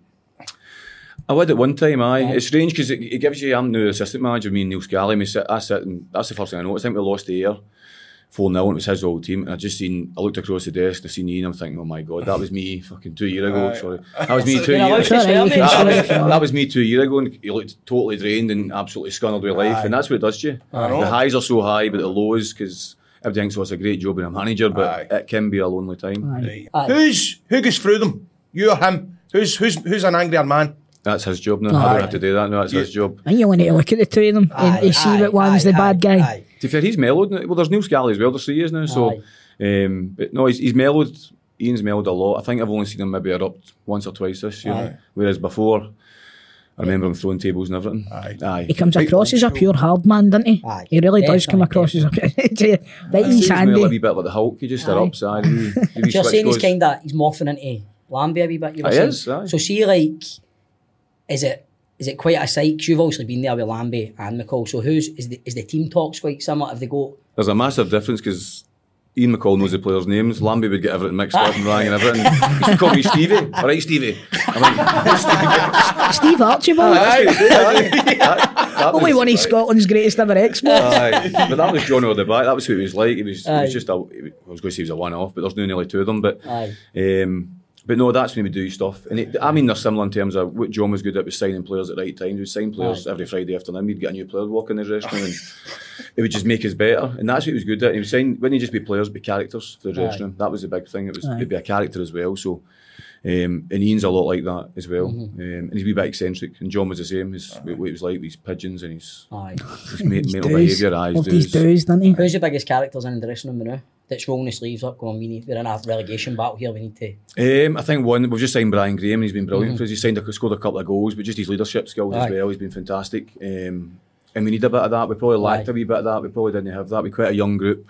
I: I would at one time, aye. It's strange because it, it gives you, I'm now assistant manager, me and Neil Scally, and we sit, I sit and that's the first thing I noticed. I think we lost the air 4 0 and it was his old team. And I just seen, I looked across the desk and I seen Ian, I'm thinking, oh my God, that was me fucking two years ago. Sorry. That was me two
C: You're allowed
I: years
C: to swear,
F: Sorry, you
C: mate.
F: can
I: that,
F: swear.
I: was, that was me two years ago, and he looked totally drained and absolutely scunnered with life, and that's what it does to you.
E: know.
I: The highs are so high, but the lows, because everybody thinks, oh, it's a great job being a manager, but
E: Aye.
I: it can be a lonely time.
C: Aye.
E: Who's who goes through them? You or him? Who's who's who's an angrier man?
I: That's his job now. I don't have to do that now, that's his job.
F: I think you want to look at the two of them and, and see
C: Aye,
F: what one's
C: aye,
F: the bad
C: aye,
F: guy.
C: aye.
I: To be fair, he's mellowed. now. Well, there's Neil Scally as well, there's three years now, so. Um, but no, he's, he's mellowed Ian's mellowed a lot. I think I've only seen him maybe erupt once or twice this year. Whereas before, I remember him throwing tables and everything.
E: Aye.
I: Aye.
F: He comes across as a pure hard man, doesn't he?
C: Aye,
F: he really does
C: definitely,
F: come across as a right
I: He
F: in
I: seems me a wee
F: sandy.
I: bit like the Hulk. He just erupts. Aye. the wee- the wee
C: You're
I: switch
C: saying he's
I: goes.
C: kind of he's morphing into Lambie a wee bit. You were
I: He
C: saying.
I: is, aye.
C: So see, like, is it is it quite a sight? 'Cause you've obviously been there with Lambie and McCall. So who's is the is the team talks quite similar? Have they got
I: There's a massive difference because Ian McCall knows the players' names. Lambie would get everything mixed up and rang and everything. He used to call me Stevie. All right, Stevie. I'm like,
F: Steve Archibald.
I: aye, aye. That- that
F: Only
I: was-
F: Oh, one of Scotland's greatest ever exports.
I: Aye, but that was John O'Deback. That was what he was like. He was, he
C: Aye.
I: was just a. I was going to say he was a one-off, but there's no nearly two of them. But,
C: Aye.
I: um, but no, that's when we do stuff. And it, I mean, they're similar in terms of what John was good at was signing players at the right times. We'd sign players every Friday afternoon. We'd get a new player walk in the dressing room, and it would just make us better. And that's what he was good at. He was sign wouldn't he just be players, be characters for the dressing room. That was the big thing. It was it'd be a character as well. So. Um, and Ian's a lot like that as well,
C: Mm-hmm.
I: um, and he's a wee bit eccentric. And John was the same. His what he was like with his pigeons and his,
C: aye?
I: his ma- mental
F: Doos.
I: behaviour. Eyes,
F: Of these doos, doesn't he?
C: Who's the biggest characters in the dressing room now? That's rolling the sleeves up, going. We need we're in a relegation battle here. We need to.
I: Um, I think one we've just signed Brian Graham and he's been brilliant for us. He's signed a, scored a couple of goals, but just his leadership skills
C: Mm. Aye.
I: as well. He's been fantastic, um, and we need a bit of that. We probably lacked
C: Aye.
I: a wee bit of that. We probably didn't have that. We're quite a young group.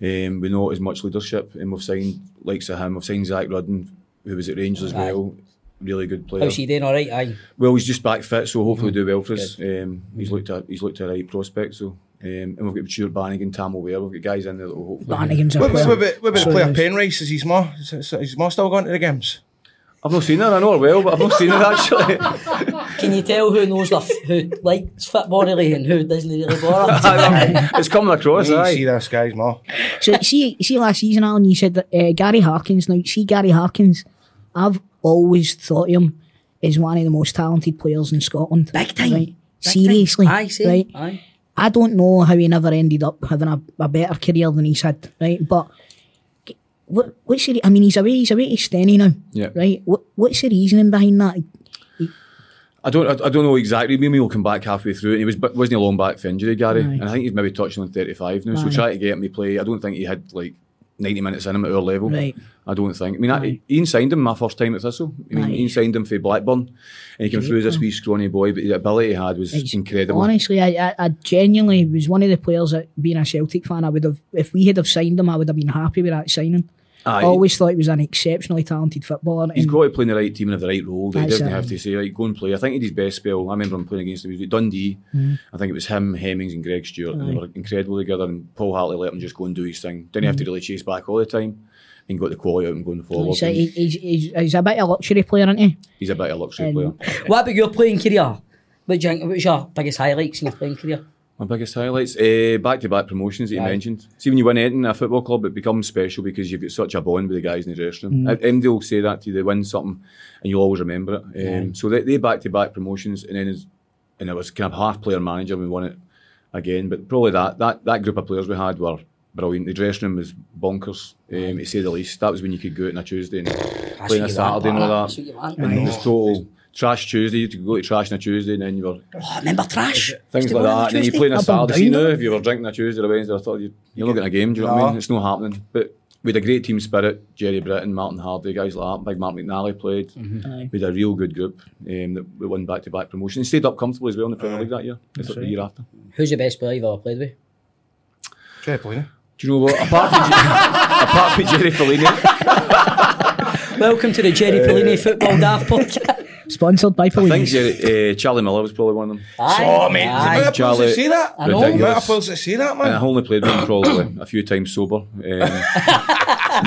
I: Um, we know as much leadership, and we've signed likes of him. We've signed Zach Rudden, who was at Rangers as
C: Aye.
I: well. Really good player.
C: How's he doing? All right, aye.
I: Well, he's just back fit, so hopefully
C: Mm-hmm.
I: he'll do well for us. Um, he's looked at he's looked at a right prospect. So, um, and we've got Stuart Bannigan, Tam O'Ware. We've got guys in there that will hopefully.
F: Bannigan's a
E: What about-
F: player.
E: what about what about the
F: Sorry,
E: player
F: guys.
E: Penrice? Is his ma is- is is his ma still going to the games?
I: I've not seen her. I know her well, but I've not seen her actually.
C: Can you tell who knows the f- who likes football really and who doesn't really bother?
I: it's coming across,
E: You see
I: aye.
E: this guy's ma.
F: So see, see last season, Alan, you said that uh, Gary Harkins. Now see Gary Harkins. I've always thought him as one of the most talented players in Scotland.
C: Big time.
F: Right?
C: Big
F: Seriously,
C: Aye, see,
F: right?
C: aye.
F: I don't know how he never ended up having a, a better career than he's had, right? But what, what's the? re- I mean, he's away. He's away to Steny now,
I: Yeah.
F: right? What, what's the reasoning behind that?
I: I don't, I, I don't know exactly. Maybe we'll come back halfway through. And he was, but wasn't he long back for injury, Gary?
F: Aye.
I: And I think he's maybe touching on thirty-five now. So
F: Aye.
I: try to get him to play. I don't think he had like ninety minutes in him at our level.
F: Right.
I: I don't think. I mean, I, Ian signed him my first time at Thistle. I mean,
F: Aye.
I: Ian signed him for Blackburn, and he came through as this wee scrawny boy, but the ability he had was incredible.
F: Honestly, I, I, I genuinely was one of the players that, being a Celtic fan, I would have, if we had have signed him, I would have been happy with that signing.
I: Aye.
F: I always thought he was an exceptionally talented footballer.
I: He's
F: and-
I: got to play in the right team and have the right role. He
F: That's
I: doesn't
F: it.
I: have to say, right, go and play. I think he did his best spell. I remember him playing against him. He was at Dundee.
F: Mm.
I: I think it was him, Hemmings, and Greg Stewart. And they were incredible together. And Paul Hartley let him just go and do his thing. Didn't
F: Mm.
I: have to really chase back all the time and got the quality out and going forward.
F: he's, a,
I: And
F: he- he's, he's, he's a bit of a luxury player, isn't he?
I: He's a bit of a luxury
F: And-
I: player.
C: What about your playing career? What do you think? What was your biggest highlights in your playing career?
I: My biggest highlights, eh, back-to-back promotions that you mentioned. See, when you win anything in a football club, it becomes special because you've got such a bond with the guys in the dressing room.
C: Mm-hmm.
I: Uh, MD will say that to you, they win something and you'll always remember it. Um, So they, they back-to-back promotions and then as, and I was kind of half-player manager when we won it again. But probably that, that, that group of players we had were brilliant. The dressing room was bonkers, um, to say the least. That was when you could go out on a Tuesday and play on
C: what
I: a
C: you
I: Saturday
C: want,
I: and
C: man.
I: all that.
C: That's what you want,
I: and it was total... Trash Tuesday, you had to go to trash on a Tuesday and then you were
C: Oh, remember Trash?
I: things
F: Still
I: like
F: on a
I: that. And then you
F: Tuesday?
I: play on a
F: Up and
I: Saturday. See
F: down.
I: now, if you were drinking a Tuesday or a Wednesday, I thought you, you're not getting a game. Do you know what I
E: No.
I: mean? It's not happening. But we had a great team spirit. Jerry Britton, Martin Hardy, guys like that. Big Mark McNally played. We had a real good group um, that we won back to back promotion. And stayed up comfortably as well in the Premier League that year. That's the year after.
C: Who's the best player you've ever played with?
E: Jerry Polina.
I: Do you know what? Apart from, apart from Jerry Fellini,
C: Welcome to the Jerry Pellini Football Daft Podcast.
F: Sponsored by
I: I
F: Police.
I: think Jerry, uh, Charlie Miller was probably one of them.
E: Oh mate,
C: aye.
E: there's a bit of players
I: Charlie-
E: that say that.
I: know.
E: There's a bit of players that say that,
I: And I
E: man.
I: only played with him probably a few times sober. Um,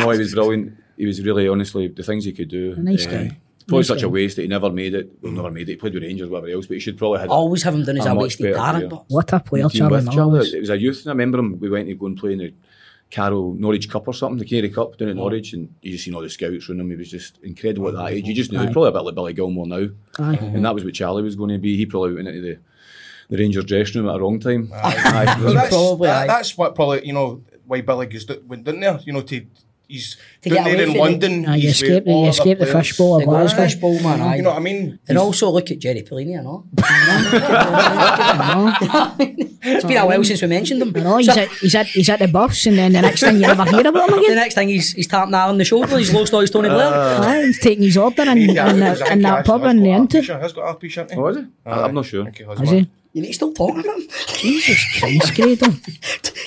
I: no, he was brilliant. He was really, honestly, the things he could do.
F: nice
I: uh,
F: guy.
I: Probably
F: Nice
I: such
F: guy.
I: a waste that he never made it. Well, never made it. He played with Rangers, whatever else, but he should probably have
C: I always have him done as
I: A
C: a
I: much
C: wasted
I: better
C: talent,
I: player.
C: but
F: What a player,
I: team
F: Oh, Charlie
I: with
F: Mullins.
I: It was a youth, and I remember him. We went to go and play in the Carroll Norwich Cup or something, the Canary Cup down at Norwich, and you just seen all the scouts around him. He was just incredible at that age. You just knew, probably a bit like Billy Gilmore now.
F: Aye.
I: And that was what Charlie was going to be. He probably went into the, the Rangers dressing room at a wrong time.
E: Well, that's,
C: Probably,
E: that-
C: aye.
E: that's what probably you know why Billy goes d- went down there. You know to he's
C: To get
E: down there
C: away
E: in
C: from it.
E: London.
F: Aye, you
E: he's with
F: escape, the-
E: all
F: you
E: other
F: escape the
E: players.
F: fishbowl
C: The
F: of Glasgow.
C: Glasgow man, aye.
E: You know what I mean?
C: And
E: He's-
C: also look at Jerry Pelini, I know. it's been a while since we mentioned him.
F: You know, he's,
C: So-
F: at, he's, at, he's at the buffs, and then the next thing you ever hear about him
C: the
F: again.
C: next thing he's he's tapping that on the shoulder. He's lost all his Tony Blair.
F: Aye, Ah, he's taking his order in, in,
E: Yeah,
F: the-
E: he's a
F: in
E: big
F: that
E: guy,
F: pub
E: so
F: in the
E: he's got RP shirt.
F: Inter.
E: He's got RP shirt. eh?
I: Oh, is it? I- I'm not sure.
E: Okay,
F: Is
E: husband.
F: he?
C: You need to stop talking about him.
F: Jesus Christ, Grado.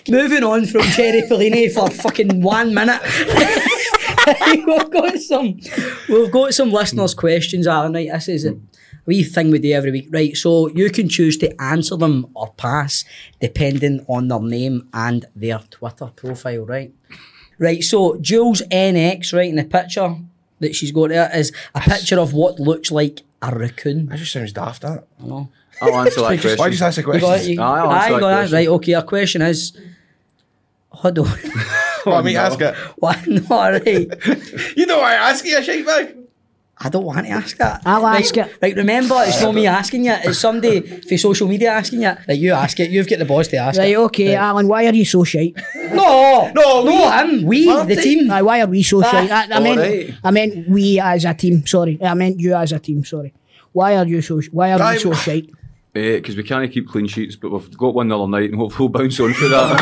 C: Moving on from Jerry Pellini for fucking one minute. we've got some we've got some listeners' questions, Alan. Right, this is a wee thing we do every week. Right, so you can choose to answer them or pass, depending on their name and their Twitter profile, right? Right, so Jules NX, right, in the picture that she's got there is a picture of what looks like a raccoon.
E: That just sounds daft, that.
C: I know.
I: I'll answer that question.
E: Why just ask a
C: You
E: question?
C: got it? You-
I: Aye, I'll
C: Aye,
I: answer
C: you
I: that
C: got that.
I: question.
C: Right, okay, our question is Hold on.
E: Want me to ask it?
C: Why not? Right.
E: You know why I ask you, shite bag.
C: I don't want to ask that.
F: I'll
C: Right,
F: ask it.
C: Right, remember, it's not me asking you. It's somebody for social media asking you. Like, you ask it. You've got the boss to ask
F: Right,
C: it.
F: okay, Alan, why are you so shite?
C: No,
E: No,
C: no, him. We, the team.
F: Aye, why are we
E: Ah,
F: so shite? I, I, meant,
I: Alright.
F: I meant we as a team, sorry. I meant you as a team, sorry. Why are you so sh- Why are we
E: I'm-
F: so shite?
I: Because Eh, we can't keep clean sheets, but we've got one the other night and hopefully we'll bounce on for that.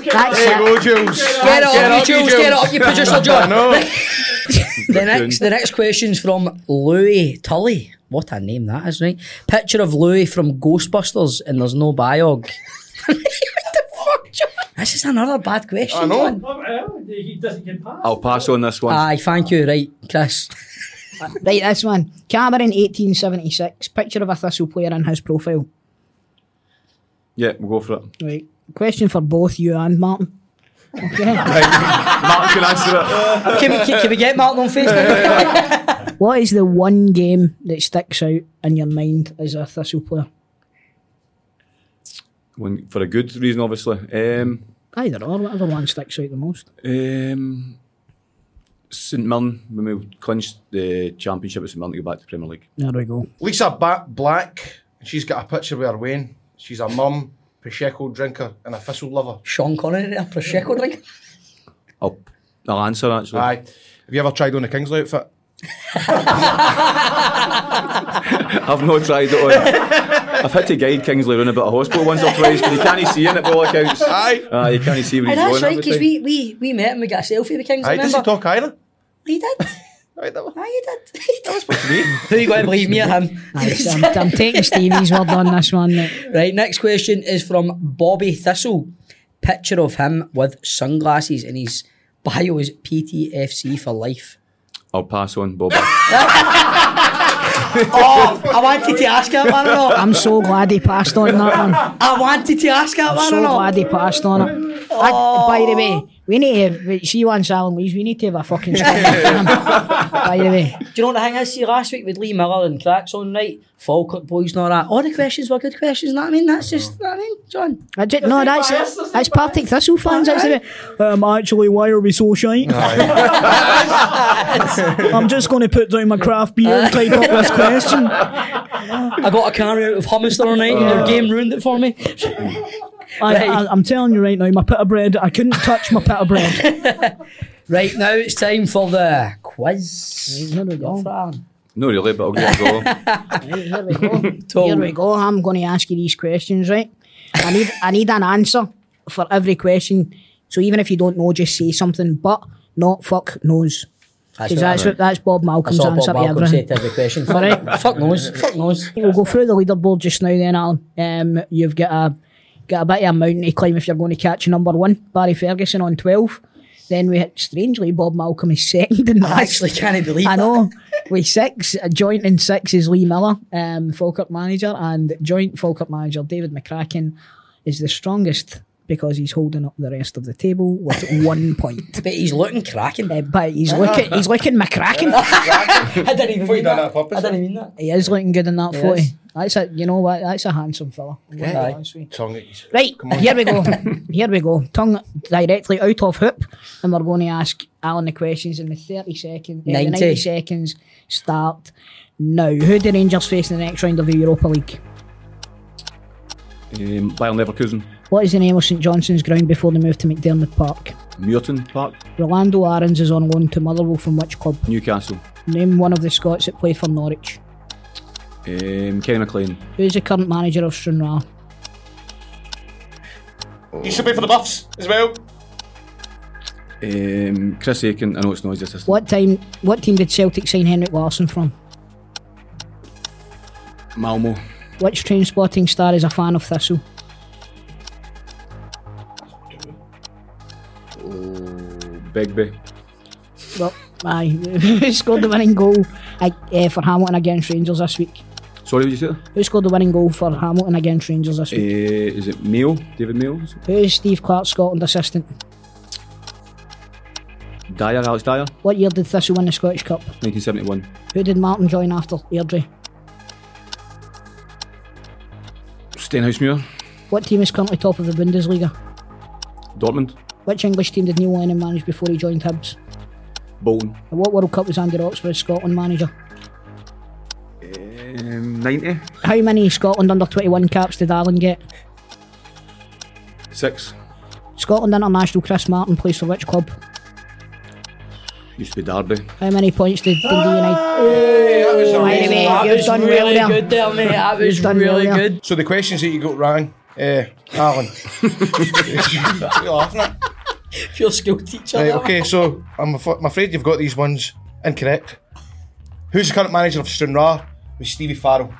F: Should- That's
E: There you
F: it.
E: go, Jules.
C: Get it up, you
E: you,
C: Jules. Get it up, you producer, John.
E: No.
C: The next, the next question's from Louis Tully. What a name that is, right? Picture of Louis from Ghostbusters, and there's no biog. what the fuck, John? This is another bad question.
E: I know.
C: John.
D: He doesn't get past.
I: I'll pass on this one.
C: Aye, thank you. Right, Chris.
F: Right, this one. Cameron, 1876. Picture of a Thistle player in his profile.
I: Yeah, we'll go for it.
F: Right. Question for both you and Martin. Okay.
I: Martin can answer it.
C: Can we, can, can we get Martin on Facebook?
F: what is the one game that sticks out in your mind as a Thistle player?
I: One, for a good reason, obviously. Um,
F: Either or, whatever one sticks out the most.
I: um, St Mirren, when we clinched the championship at St Mirren to go back to Premier League.
F: There we go.
E: Lisa ba- Black, she's got a picture with her Wayne. She's a mum, Prosecco drinker, and a thistle lover.
C: Sean Connery there, Prosecco drink.
I: I'll, I'll answer actually.
E: Aye. Have you ever tried on a Kingsley outfit?
I: I've not tried it on. I've had to guide Kingsley around a bit of hospital once or twice because you can't see in it by all accounts.
E: Aye.
I: Aye, you can't see where
C: Aye,
I: he's
C: that's
I: going.
C: right,
I: every
C: because
I: time.
C: we, we, we met and we got a selfie with Kings,
E: Aye, does
C: remember?
E: he talk either?
C: He did.
E: Aye, that was-
C: Aye, he did. He did. Who you going to believe, me or him?
F: Aye, so I'm, I'm taking Stevie's word on this one. mate.
C: Right, next question is from Bobby Thistle. Picture of him with sunglasses and his bio is PTFC for life.
I: I'll pass on, Bob.
C: Oh, I wanted to ask that one or not.
F: I'm so glad he passed on that one.
C: I wanted to ask that one
F: so
C: or
F: glad
C: not.
F: he passed on it. I- by the way, we need to have, we- see once Alan leaves, we need to have a fucking stand on him. By the way,
C: Do you know what the thing is? See, last week with Lee Miller and Cracks on right, Falkirk boys and all that. All the questions were good questions, know what I mean? That's just, know what I mean, John?
F: I ju- no, that's that's Partick Thistle fans. That's the way. Um, actually, why are we so shite? I'm just going to put down my craft beer and type up this question.
C: I got a carry out of hummus the other night and your game ruined it for me.
F: I, I, I'm telling you right now, my pita bread. I couldn't touch my pita bread.
C: Right now it's time for the quiz.
F: Here we go.
I: no, really, but I'll give it a go.
F: Here we go. Here we go. I'm going to ask you these questions, right? I need I need an answer for every question. So even if you don't know, just say something, but not fuck knows. Because that's what that's Bob
C: That's
F: Malcolm's
C: all
F: answer
C: Bob
F: to
C: Malcolm said
F: everything.
C: to every question. Fuck, fuck knows. Fuck knows.
F: We'll go through the leaderboard just now, then Alan. Um, you've got a got a bit of a mountain to climb if you're going to catch number one, Barry Ferguson on twelve. Then we hit strangely Bob Malcolm is second in the
C: I
F: list.
C: actually can't believe
F: I
C: that.
F: know. With six, uh, joint in six is Lee Miller, um, Falkirk manager, and joint Falkirk manager David McCracken is the strongest because he's holding up the rest of the table with one point.
C: But he's looking cracking.
F: Uh, but he's looking, he's looking McCracken.
C: I didn't even
E: Thought you
C: mean that.
E: done that on purpose,
C: I didn't mean that.
F: he is looking good in that
C: Yes.
F: footy. That's a, you know what? That's a handsome fella. I'm gonna be
C: Aye.
F: honest with you.
E: Tongue at you.
F: Right, here we go. Here we go. Tongue directly out of hoop, and we're going to ask Alan the questions in the 30 seconds. The
C: 90.
F: 90 seconds start now. Who do Rangers face in the next round of the Europa League?
I: Um, Bayern Leverkusen,
F: What is the name of St Johnson's ground before they moved to McDermott Park?
I: Muirton Park,
F: Rolando Arons is on loan to Motherwell from which club?
I: Newcastle.
F: Name one of the Scots that play for Norwich.
I: Um, Kenny McLean.
F: Who is the current manager of Stranraer?
E: You should be for the buffs as well.
I: Um, Chris Aiken. I know it's noisy assistant.
F: What time? What team did Celtic sign Henrik Larsson from?
I: Malmo.
F: Which train spotting star is a fan of Thistle?
I: Oh, Begbie.
F: Well, aye, who scored the winning goal like, eh, for Hamilton against Rangers this week?
I: Sorry, what did you say?
F: Who scored the winning goal for Hamilton against Rangers this week?
I: Uh, is it Mail? David Mail?
F: Who is Steve Clark's Scotland assistant?
I: Dyer, Alex Dyer,
F: What year did Thistle win the Scottish Cup?
I: 1971.
F: Who did Martin join after Airdrie?
I: Stenhousemuir,
F: What team is currently top of the Bundesliga?
I: Dortmund,
F: Which English team did Neil Lennon manage before he joined Hibs?
I: Bolton.
F: At what World Cup was Andy Roxburgh's Scotland manager?
I: Um, 90.
F: How many Scotland under 21 caps did Allen get?
I: Six.
F: Scotland international Chris Martin plays for which club?
I: Used to be Derby.
F: How many points did Dundee United? By the way, you've done
C: really
F: well there.
C: good there, mate. That was
F: done
C: really
F: well there.
C: good.
E: So the questions that you got wrong, uh, Alan. You're laughing at-
C: Pure school teacher.
E: Right,
C: that one.
E: okay, so I'm, af- I'm afraid you've got these ones incorrect. Who's the current manager of Stranraer? With Stevie Farrell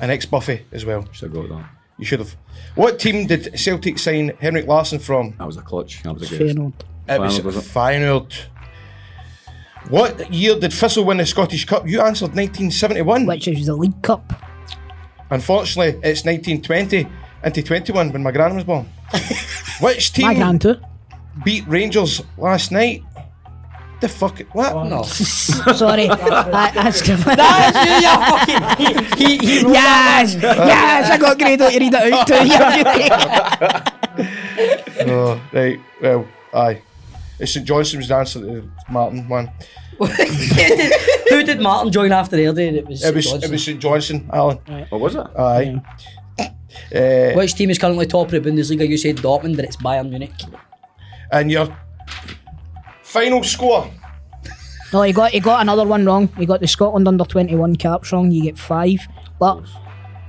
E: and ex Buffy as well.
I: Should have got that.
E: You should have. What team did Celtic sign Henrik Larsson from?
I: That was a clutch. That was a
F: Fair
I: guess.
F: enough.
E: It was
I: Feyenoord, was it?
E: Feyenoord. What year did Thistle win the Scottish Cup? You answered 1971.
F: Which is the League Cup.
E: Unfortunately, it's 1920 into 21 when my gran was born. Which
F: My
E: team
F: grand tour.
E: beat Rangers last night? The fuck? What?
C: Oh,
F: Sorry. I, that's good.
C: That is you, you're fucking. He, he, he
F: yes! Yes! I got Grado to read it out to you.
E: Oh, right. Well, aye. It's St Johnson was the answer to the uh, Martin one.
C: Who did Martin join after Airdrie? It was.
E: It was
C: Johnson.
E: it was St Johnson, Alan.
I: What was
F: Uh,
I: it?
E: Aye.
C: Which team is currently top of the Bundesliga? You said Dortmund, but it's Bayern Munich.
E: And your final score.
F: no, he got he got another one wrong. He got the Scotland under 21 caps wrong. You get five. But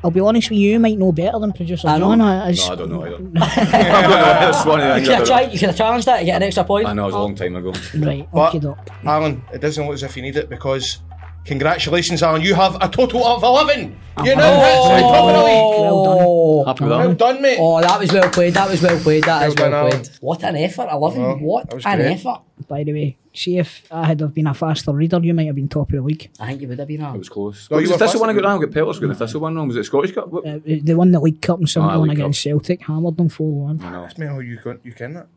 F: I'll be honest with you, you might know better than producer
C: I know.
F: John. I, I,
I: No, I don't know either. That's one of the
C: You
I: things I
C: could have
I: don't
C: tried. You could have challenged that to get an extra point.
I: know. I know, it was a long time ago.
F: Right,
E: But
F: okay, doc.
E: Alan, it doesn't look as if you need it because congratulations, Alan. You have a total of eleven. You know hit the top of the league.
C: Oh,
I: Happy with
E: Well
I: that?
E: done, mate.
C: oh, that was well played. That was well played. That is
E: Well
C: well,
E: done, Alan.
C: played. What an effort! I love him.
E: Well,
C: what
E: that was
C: an
E: great.
C: effort!
F: By the way, see if I had have been a faster reader, you might have been top of the league.
C: I think you would have been
I: It
C: on.
I: was close.
E: No,
I: was
E: you
I: it
E: were
I: Thistle one I
E: first.
I: got wrong? I got Peters got the Thistle one wrong. Was it Scottish Cup? What?
F: Uh, they won the League Cup and some
I: Ah,
F: won
I: League
F: against Celtic, hammered them 4 1.
I: No.
E: That's me how you can you can that.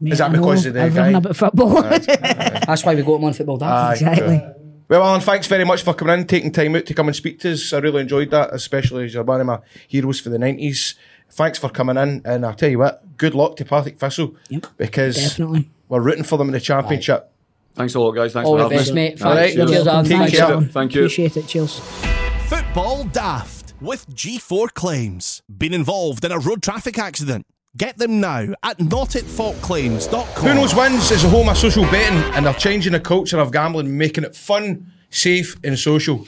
F: Mate,
E: Is that
F: I know
E: because of the
F: everything
E: guy?
F: about football?
C: That's why we got him on football. Dad.
F: exactly.
E: Well, Alan, thanks very much for coming in, taking time out to come and speak to us. I really enjoyed that, especially as you're one of my heroes for the 90s. Thanks for coming in, and I'll tell you what, good luck to Partick Thistle
F: Yep,
E: because
F: Definitely.
E: we're rooting for them in the Championship.
I: Thanks a lot, guys. Thanks
C: All
I: for
C: the
I: having
C: best,
I: me.
C: mate.
I: All right,
C: Thanks.
E: you're
C: Cheers,
E: welcome.
C: Alan.
E: Take
C: Thanks,
E: care.
C: Alan.
I: Thank you.
F: Appreciate it. Cheers.
A: Football Daft with G4 Claims. Been involved in a road traffic accident? Get them now at notitfaultclaims.com.
E: Who knows wins is a home of social betting, and they're changing the culture of gambling, making it fun, safe, and social.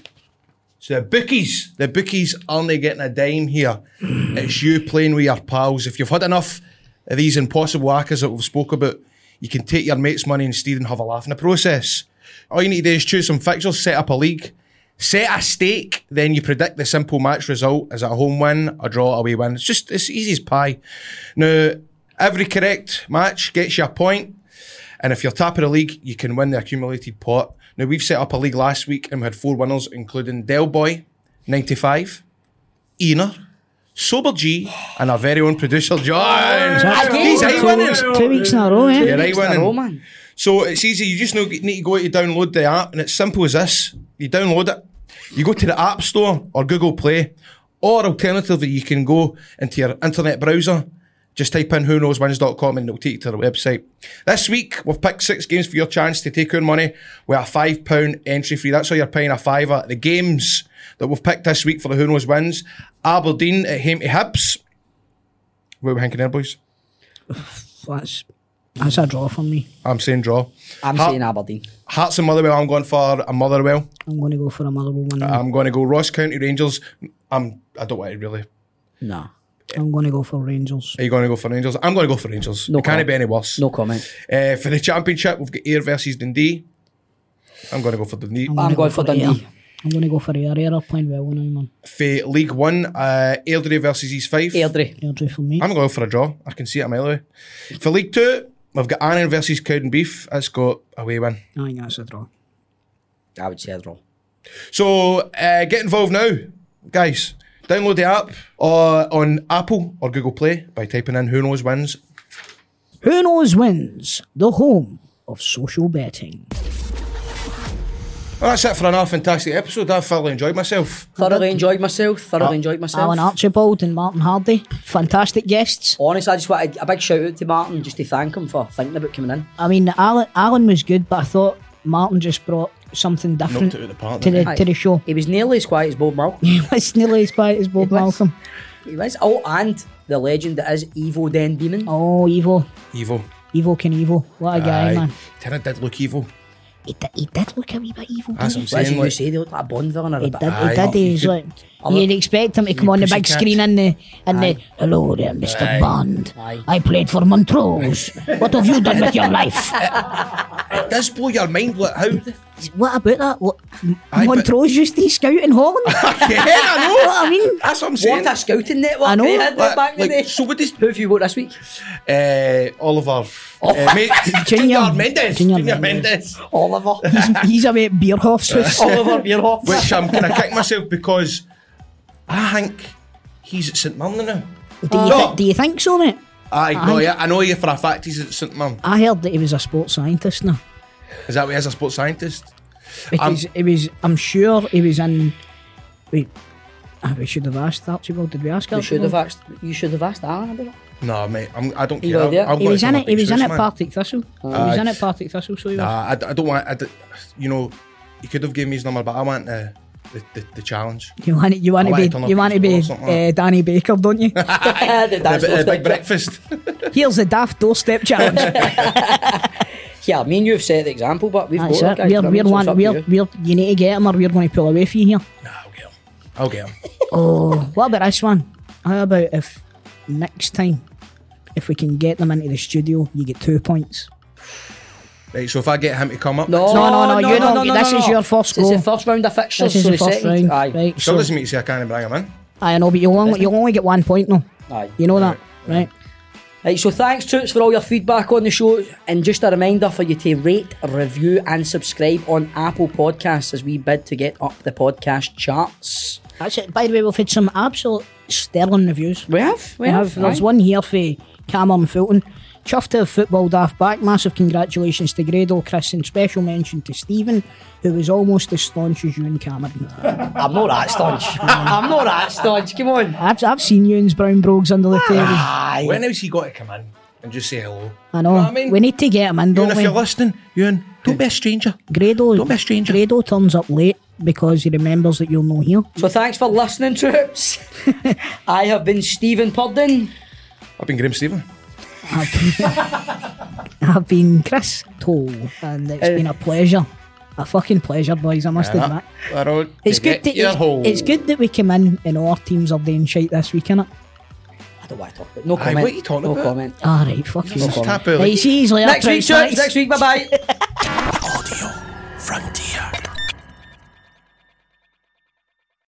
E: So the bookies, the bookies aren't getting a dime here. it's you playing with your pals. If you've had enough of these impossible whackers that we've spoke about, you can take your mate's money instead and have a laugh in the process. All you need to do is choose some fixtures, set up a league, set a stake, then you predict the simple match result. Is it a home win, a draw, a away win? It's just it's easy as pie. Now, every correct match gets you a point. And if you're top of the league, you can win the accumulated pot. Now, we've set up a league last week and we had four winners, including Del Boy, 95, Ener, Sober G, and our very own producer, John. He's
F: Two-
E: high winning.
F: Two weeks in a row, eh?
E: Yeah, right winning.
C: Oh man,
E: So it's easy. You just know- need to go to download the app, and it's simple as this: you download it, you go to the App Store or Google Play, or alternatively, you can go into your internet browser. Just type in who knows wins.com and it'll take you to the website. This week, we've picked six games for your chance to take our money with a £5 entry fee. That's how you're paying a fiver. The games that we've picked this week for the Who Knows Wins Aberdeen at Hampty Hibs. What are we thinking there, boys?
F: That's That's a draw for me.
E: I'm saying draw.
C: I'm
E: Ha-
C: saying Aberdeen.
E: Hearts and Motherwell, I'm going for a Motherwell.
F: I'm going to go for a Motherwell one.
E: I'm going to go Ross County Rangers. I'm, I don't want to really.
C: No.
F: I'm going to go for Rangers.
E: Are you going to go for Rangers? I'm going to go for Rangers.
C: No
E: it can't
C: comment.
E: be any worse.
C: No comment.
E: Uh, for the Championship, we've got Ayr versus Dundee. I'm going to go for Dundee.
C: I'm
F: gonna
C: going
F: go
C: for
F: for the
C: Dundee.
F: I'm going to go for Ayr. Ayr are playing well now, man.
E: For League One, uh, Airdrie versus East Fife.
C: Airdrie.
F: Airdrie for me.
E: I'm going to go for a draw. I can see it a mile away. For League Two, we've got Annan versus Cowden Beef. That's got away win.
F: I think that's a draw.
C: I would say a draw.
E: So uh, get involved now, guys. Download the app or on Apple or Google Play by typing in "Who Knows Wins."
F: Who knows wins? The home of social betting.
E: Well, that's it for another fantastic episode. I thoroughly enjoyed myself.
C: Thoroughly enjoyed myself. Thoroughly
E: Al-
C: enjoyed myself.
F: Oh, Alan Archibald and Martin Hardy, fantastic guests.
C: Honestly, I just want a, a big shout out to Martin just to thank him for thinking about coming in.
F: I mean, Alan, Alan was good, but I thought Martin just brought something
E: Knocked
F: different
E: it out of the park.
F: to the
C: Aye.
F: to the show.
C: He was nearly as quiet as Bob Merle.
F: it's nearly as bad as Bob
C: was.
F: Malcolm.
C: He was. Oh, and the legend that is Evo Den Beeman.
F: Oh, evil,
E: evil.
F: evil can evil. What a guy, man.
E: Tara did look evil.
F: He did, he did look a wee bit evil.
E: That's
F: didn't
E: what I'm
F: he?
C: What is
E: saying.
C: it you say?
E: Like,
C: They look like a Bond villain or a
F: He
C: bit-
F: did,
E: Aye.
F: he did. He was
E: You
F: like, you'd expect him to come on the big
E: pussycat.
F: screen in the in the
C: Aye.
F: hello there, Mr.
E: Aye.
F: Bond.
C: Aye.
F: I played for Montrose. what have you done with your life?
E: it does blow your mind. Like how?
F: What about that? What,
E: Aye, but-
F: Montrose used to scout in Holland.
E: yeah, I know.
F: What I mean?
E: That's what I'm saying.
C: What a scouting network
F: I know.
C: they had
E: Like-
C: back in the
E: like,
C: day.
E: so what does
C: Who have you got this week?
E: uh, Oliver uh, mate,
F: Oh, Junior.
E: Junior Mendes?
F: Junior
E: Junior
F: Mendes.
E: Mendes.
C: Oliver.
F: He's a bit Bierhoff's house.
C: Oliver
F: Oh.
C: Bierhoff.
E: Which I'm kind of kicking myself because I think he's at St Mirren now.
F: Do you,
E: No.
F: thi- do you think so, mate?
E: I know, yeah, I know you for a fact he's at St Mirren.
F: I heard that he was a sports scientist now.
E: Is that what he is, a sports scientist?
F: Because he was, I'm sure he was in. Wait, ah, we should have asked Archibald. Did we ask
C: You
F: Archibald?
C: should have asked. You should have asked Alan about it.
E: No, mate, I'm, I don't
C: You
E: care.
C: got it, yeah.
E: I'm, I'm
F: He
E: gonna
F: was
E: come
F: in
E: up
F: it. He was in
E: Ipswich,
F: it.
E: man.
F: Partick Thistle. He was
E: Aye.
F: in it. Partick Thistle. So he was.
E: Nah, Uh, I, d- I don't want. I d- you know, he could have given me his number, but I want uh, the, the the challenge.
F: You want it, you
E: I
F: want to
E: like
F: be
E: Donald
F: you want to
E: Trump
F: be
E: or something like
F: uh, Danny Baker, don't you?
C: The dance
E: The, bi- the
C: floor
E: big
C: step.
E: breakfast.
F: Here's the daft doorstep challenge.
C: Yeah, me and you have set the example, but we've
F: That's
C: got
F: it.
C: guys.
F: We're,
C: I mean,
F: we're
C: so it's
F: one.
C: up to
F: We're,
C: you.
F: we're, you need to get him, or we're going to pull away from you here.
E: nah, I'll get him. I'll get him.
F: Oh, what about this one? How about if next time, if we can get them into the studio, you get two points.
E: Right, so if I get him to come up,
C: No,
F: No, no, no, you don't- this is your first
C: This is the
F: goal.
C: first round of fixtures.
F: This is
C: so
F: the first
C: second,
F: round,
C: Aye.
F: right?
E: still
F: So,
E: doesn't mean to say I can't bring him in.
F: I know, but you'll only you'll only get one point now.
C: Aye.
F: You know that, right?
C: Right, so thanks Toots for all your feedback on the show. And just a reminder for you to rate, review, and subscribe on Apple Podcasts as we bid to get up the podcast charts.
F: That's it. By the way, we've had some absolute sterling reviews.
C: We have, we,
F: We
C: have.
F: have. There's
C: aye.
F: one here for Cameron Fulton. Chuffed to have football daft back. Massive congratulations to Grado, Chris, and special mention to Stephen, who was almost as staunch as you and Cameron.
C: I'm not that staunch. I'm not that staunch. Come on.
F: I've, I've seen you and Brown Brogues under the table.
E: Ah,
C: Aye.
E: When else he got to come in and just say hello?
F: I know.
E: You know what I mean?
F: We need to get him
E: Ewan,
F: in, don't
E: if
F: we?
E: you're listening, Ewan, don't be a stranger.
F: Grado,
E: Don't be a stranger.
F: Grado turns up late because he remembers that you're not here.
C: So thanks for listening, Troops. I have been Stephen Purden.
E: I've been Graham Stephen.
F: I've been Chris Toll, and it's been a pleasure. A fucking pleasure, boys, I must admit. It's good, that, it's, it's good that we came in and all our teams are doing shite this week, innit?
C: I don't want to talk about No
E: Aye,
C: comment.
E: what are you talking
C: no
E: about?
C: comment.
F: Alright, fuck you.
E: Tap early.
F: Right, see you later.
C: Next week,
F: Troops.
C: Troops. Next week. Bye bye.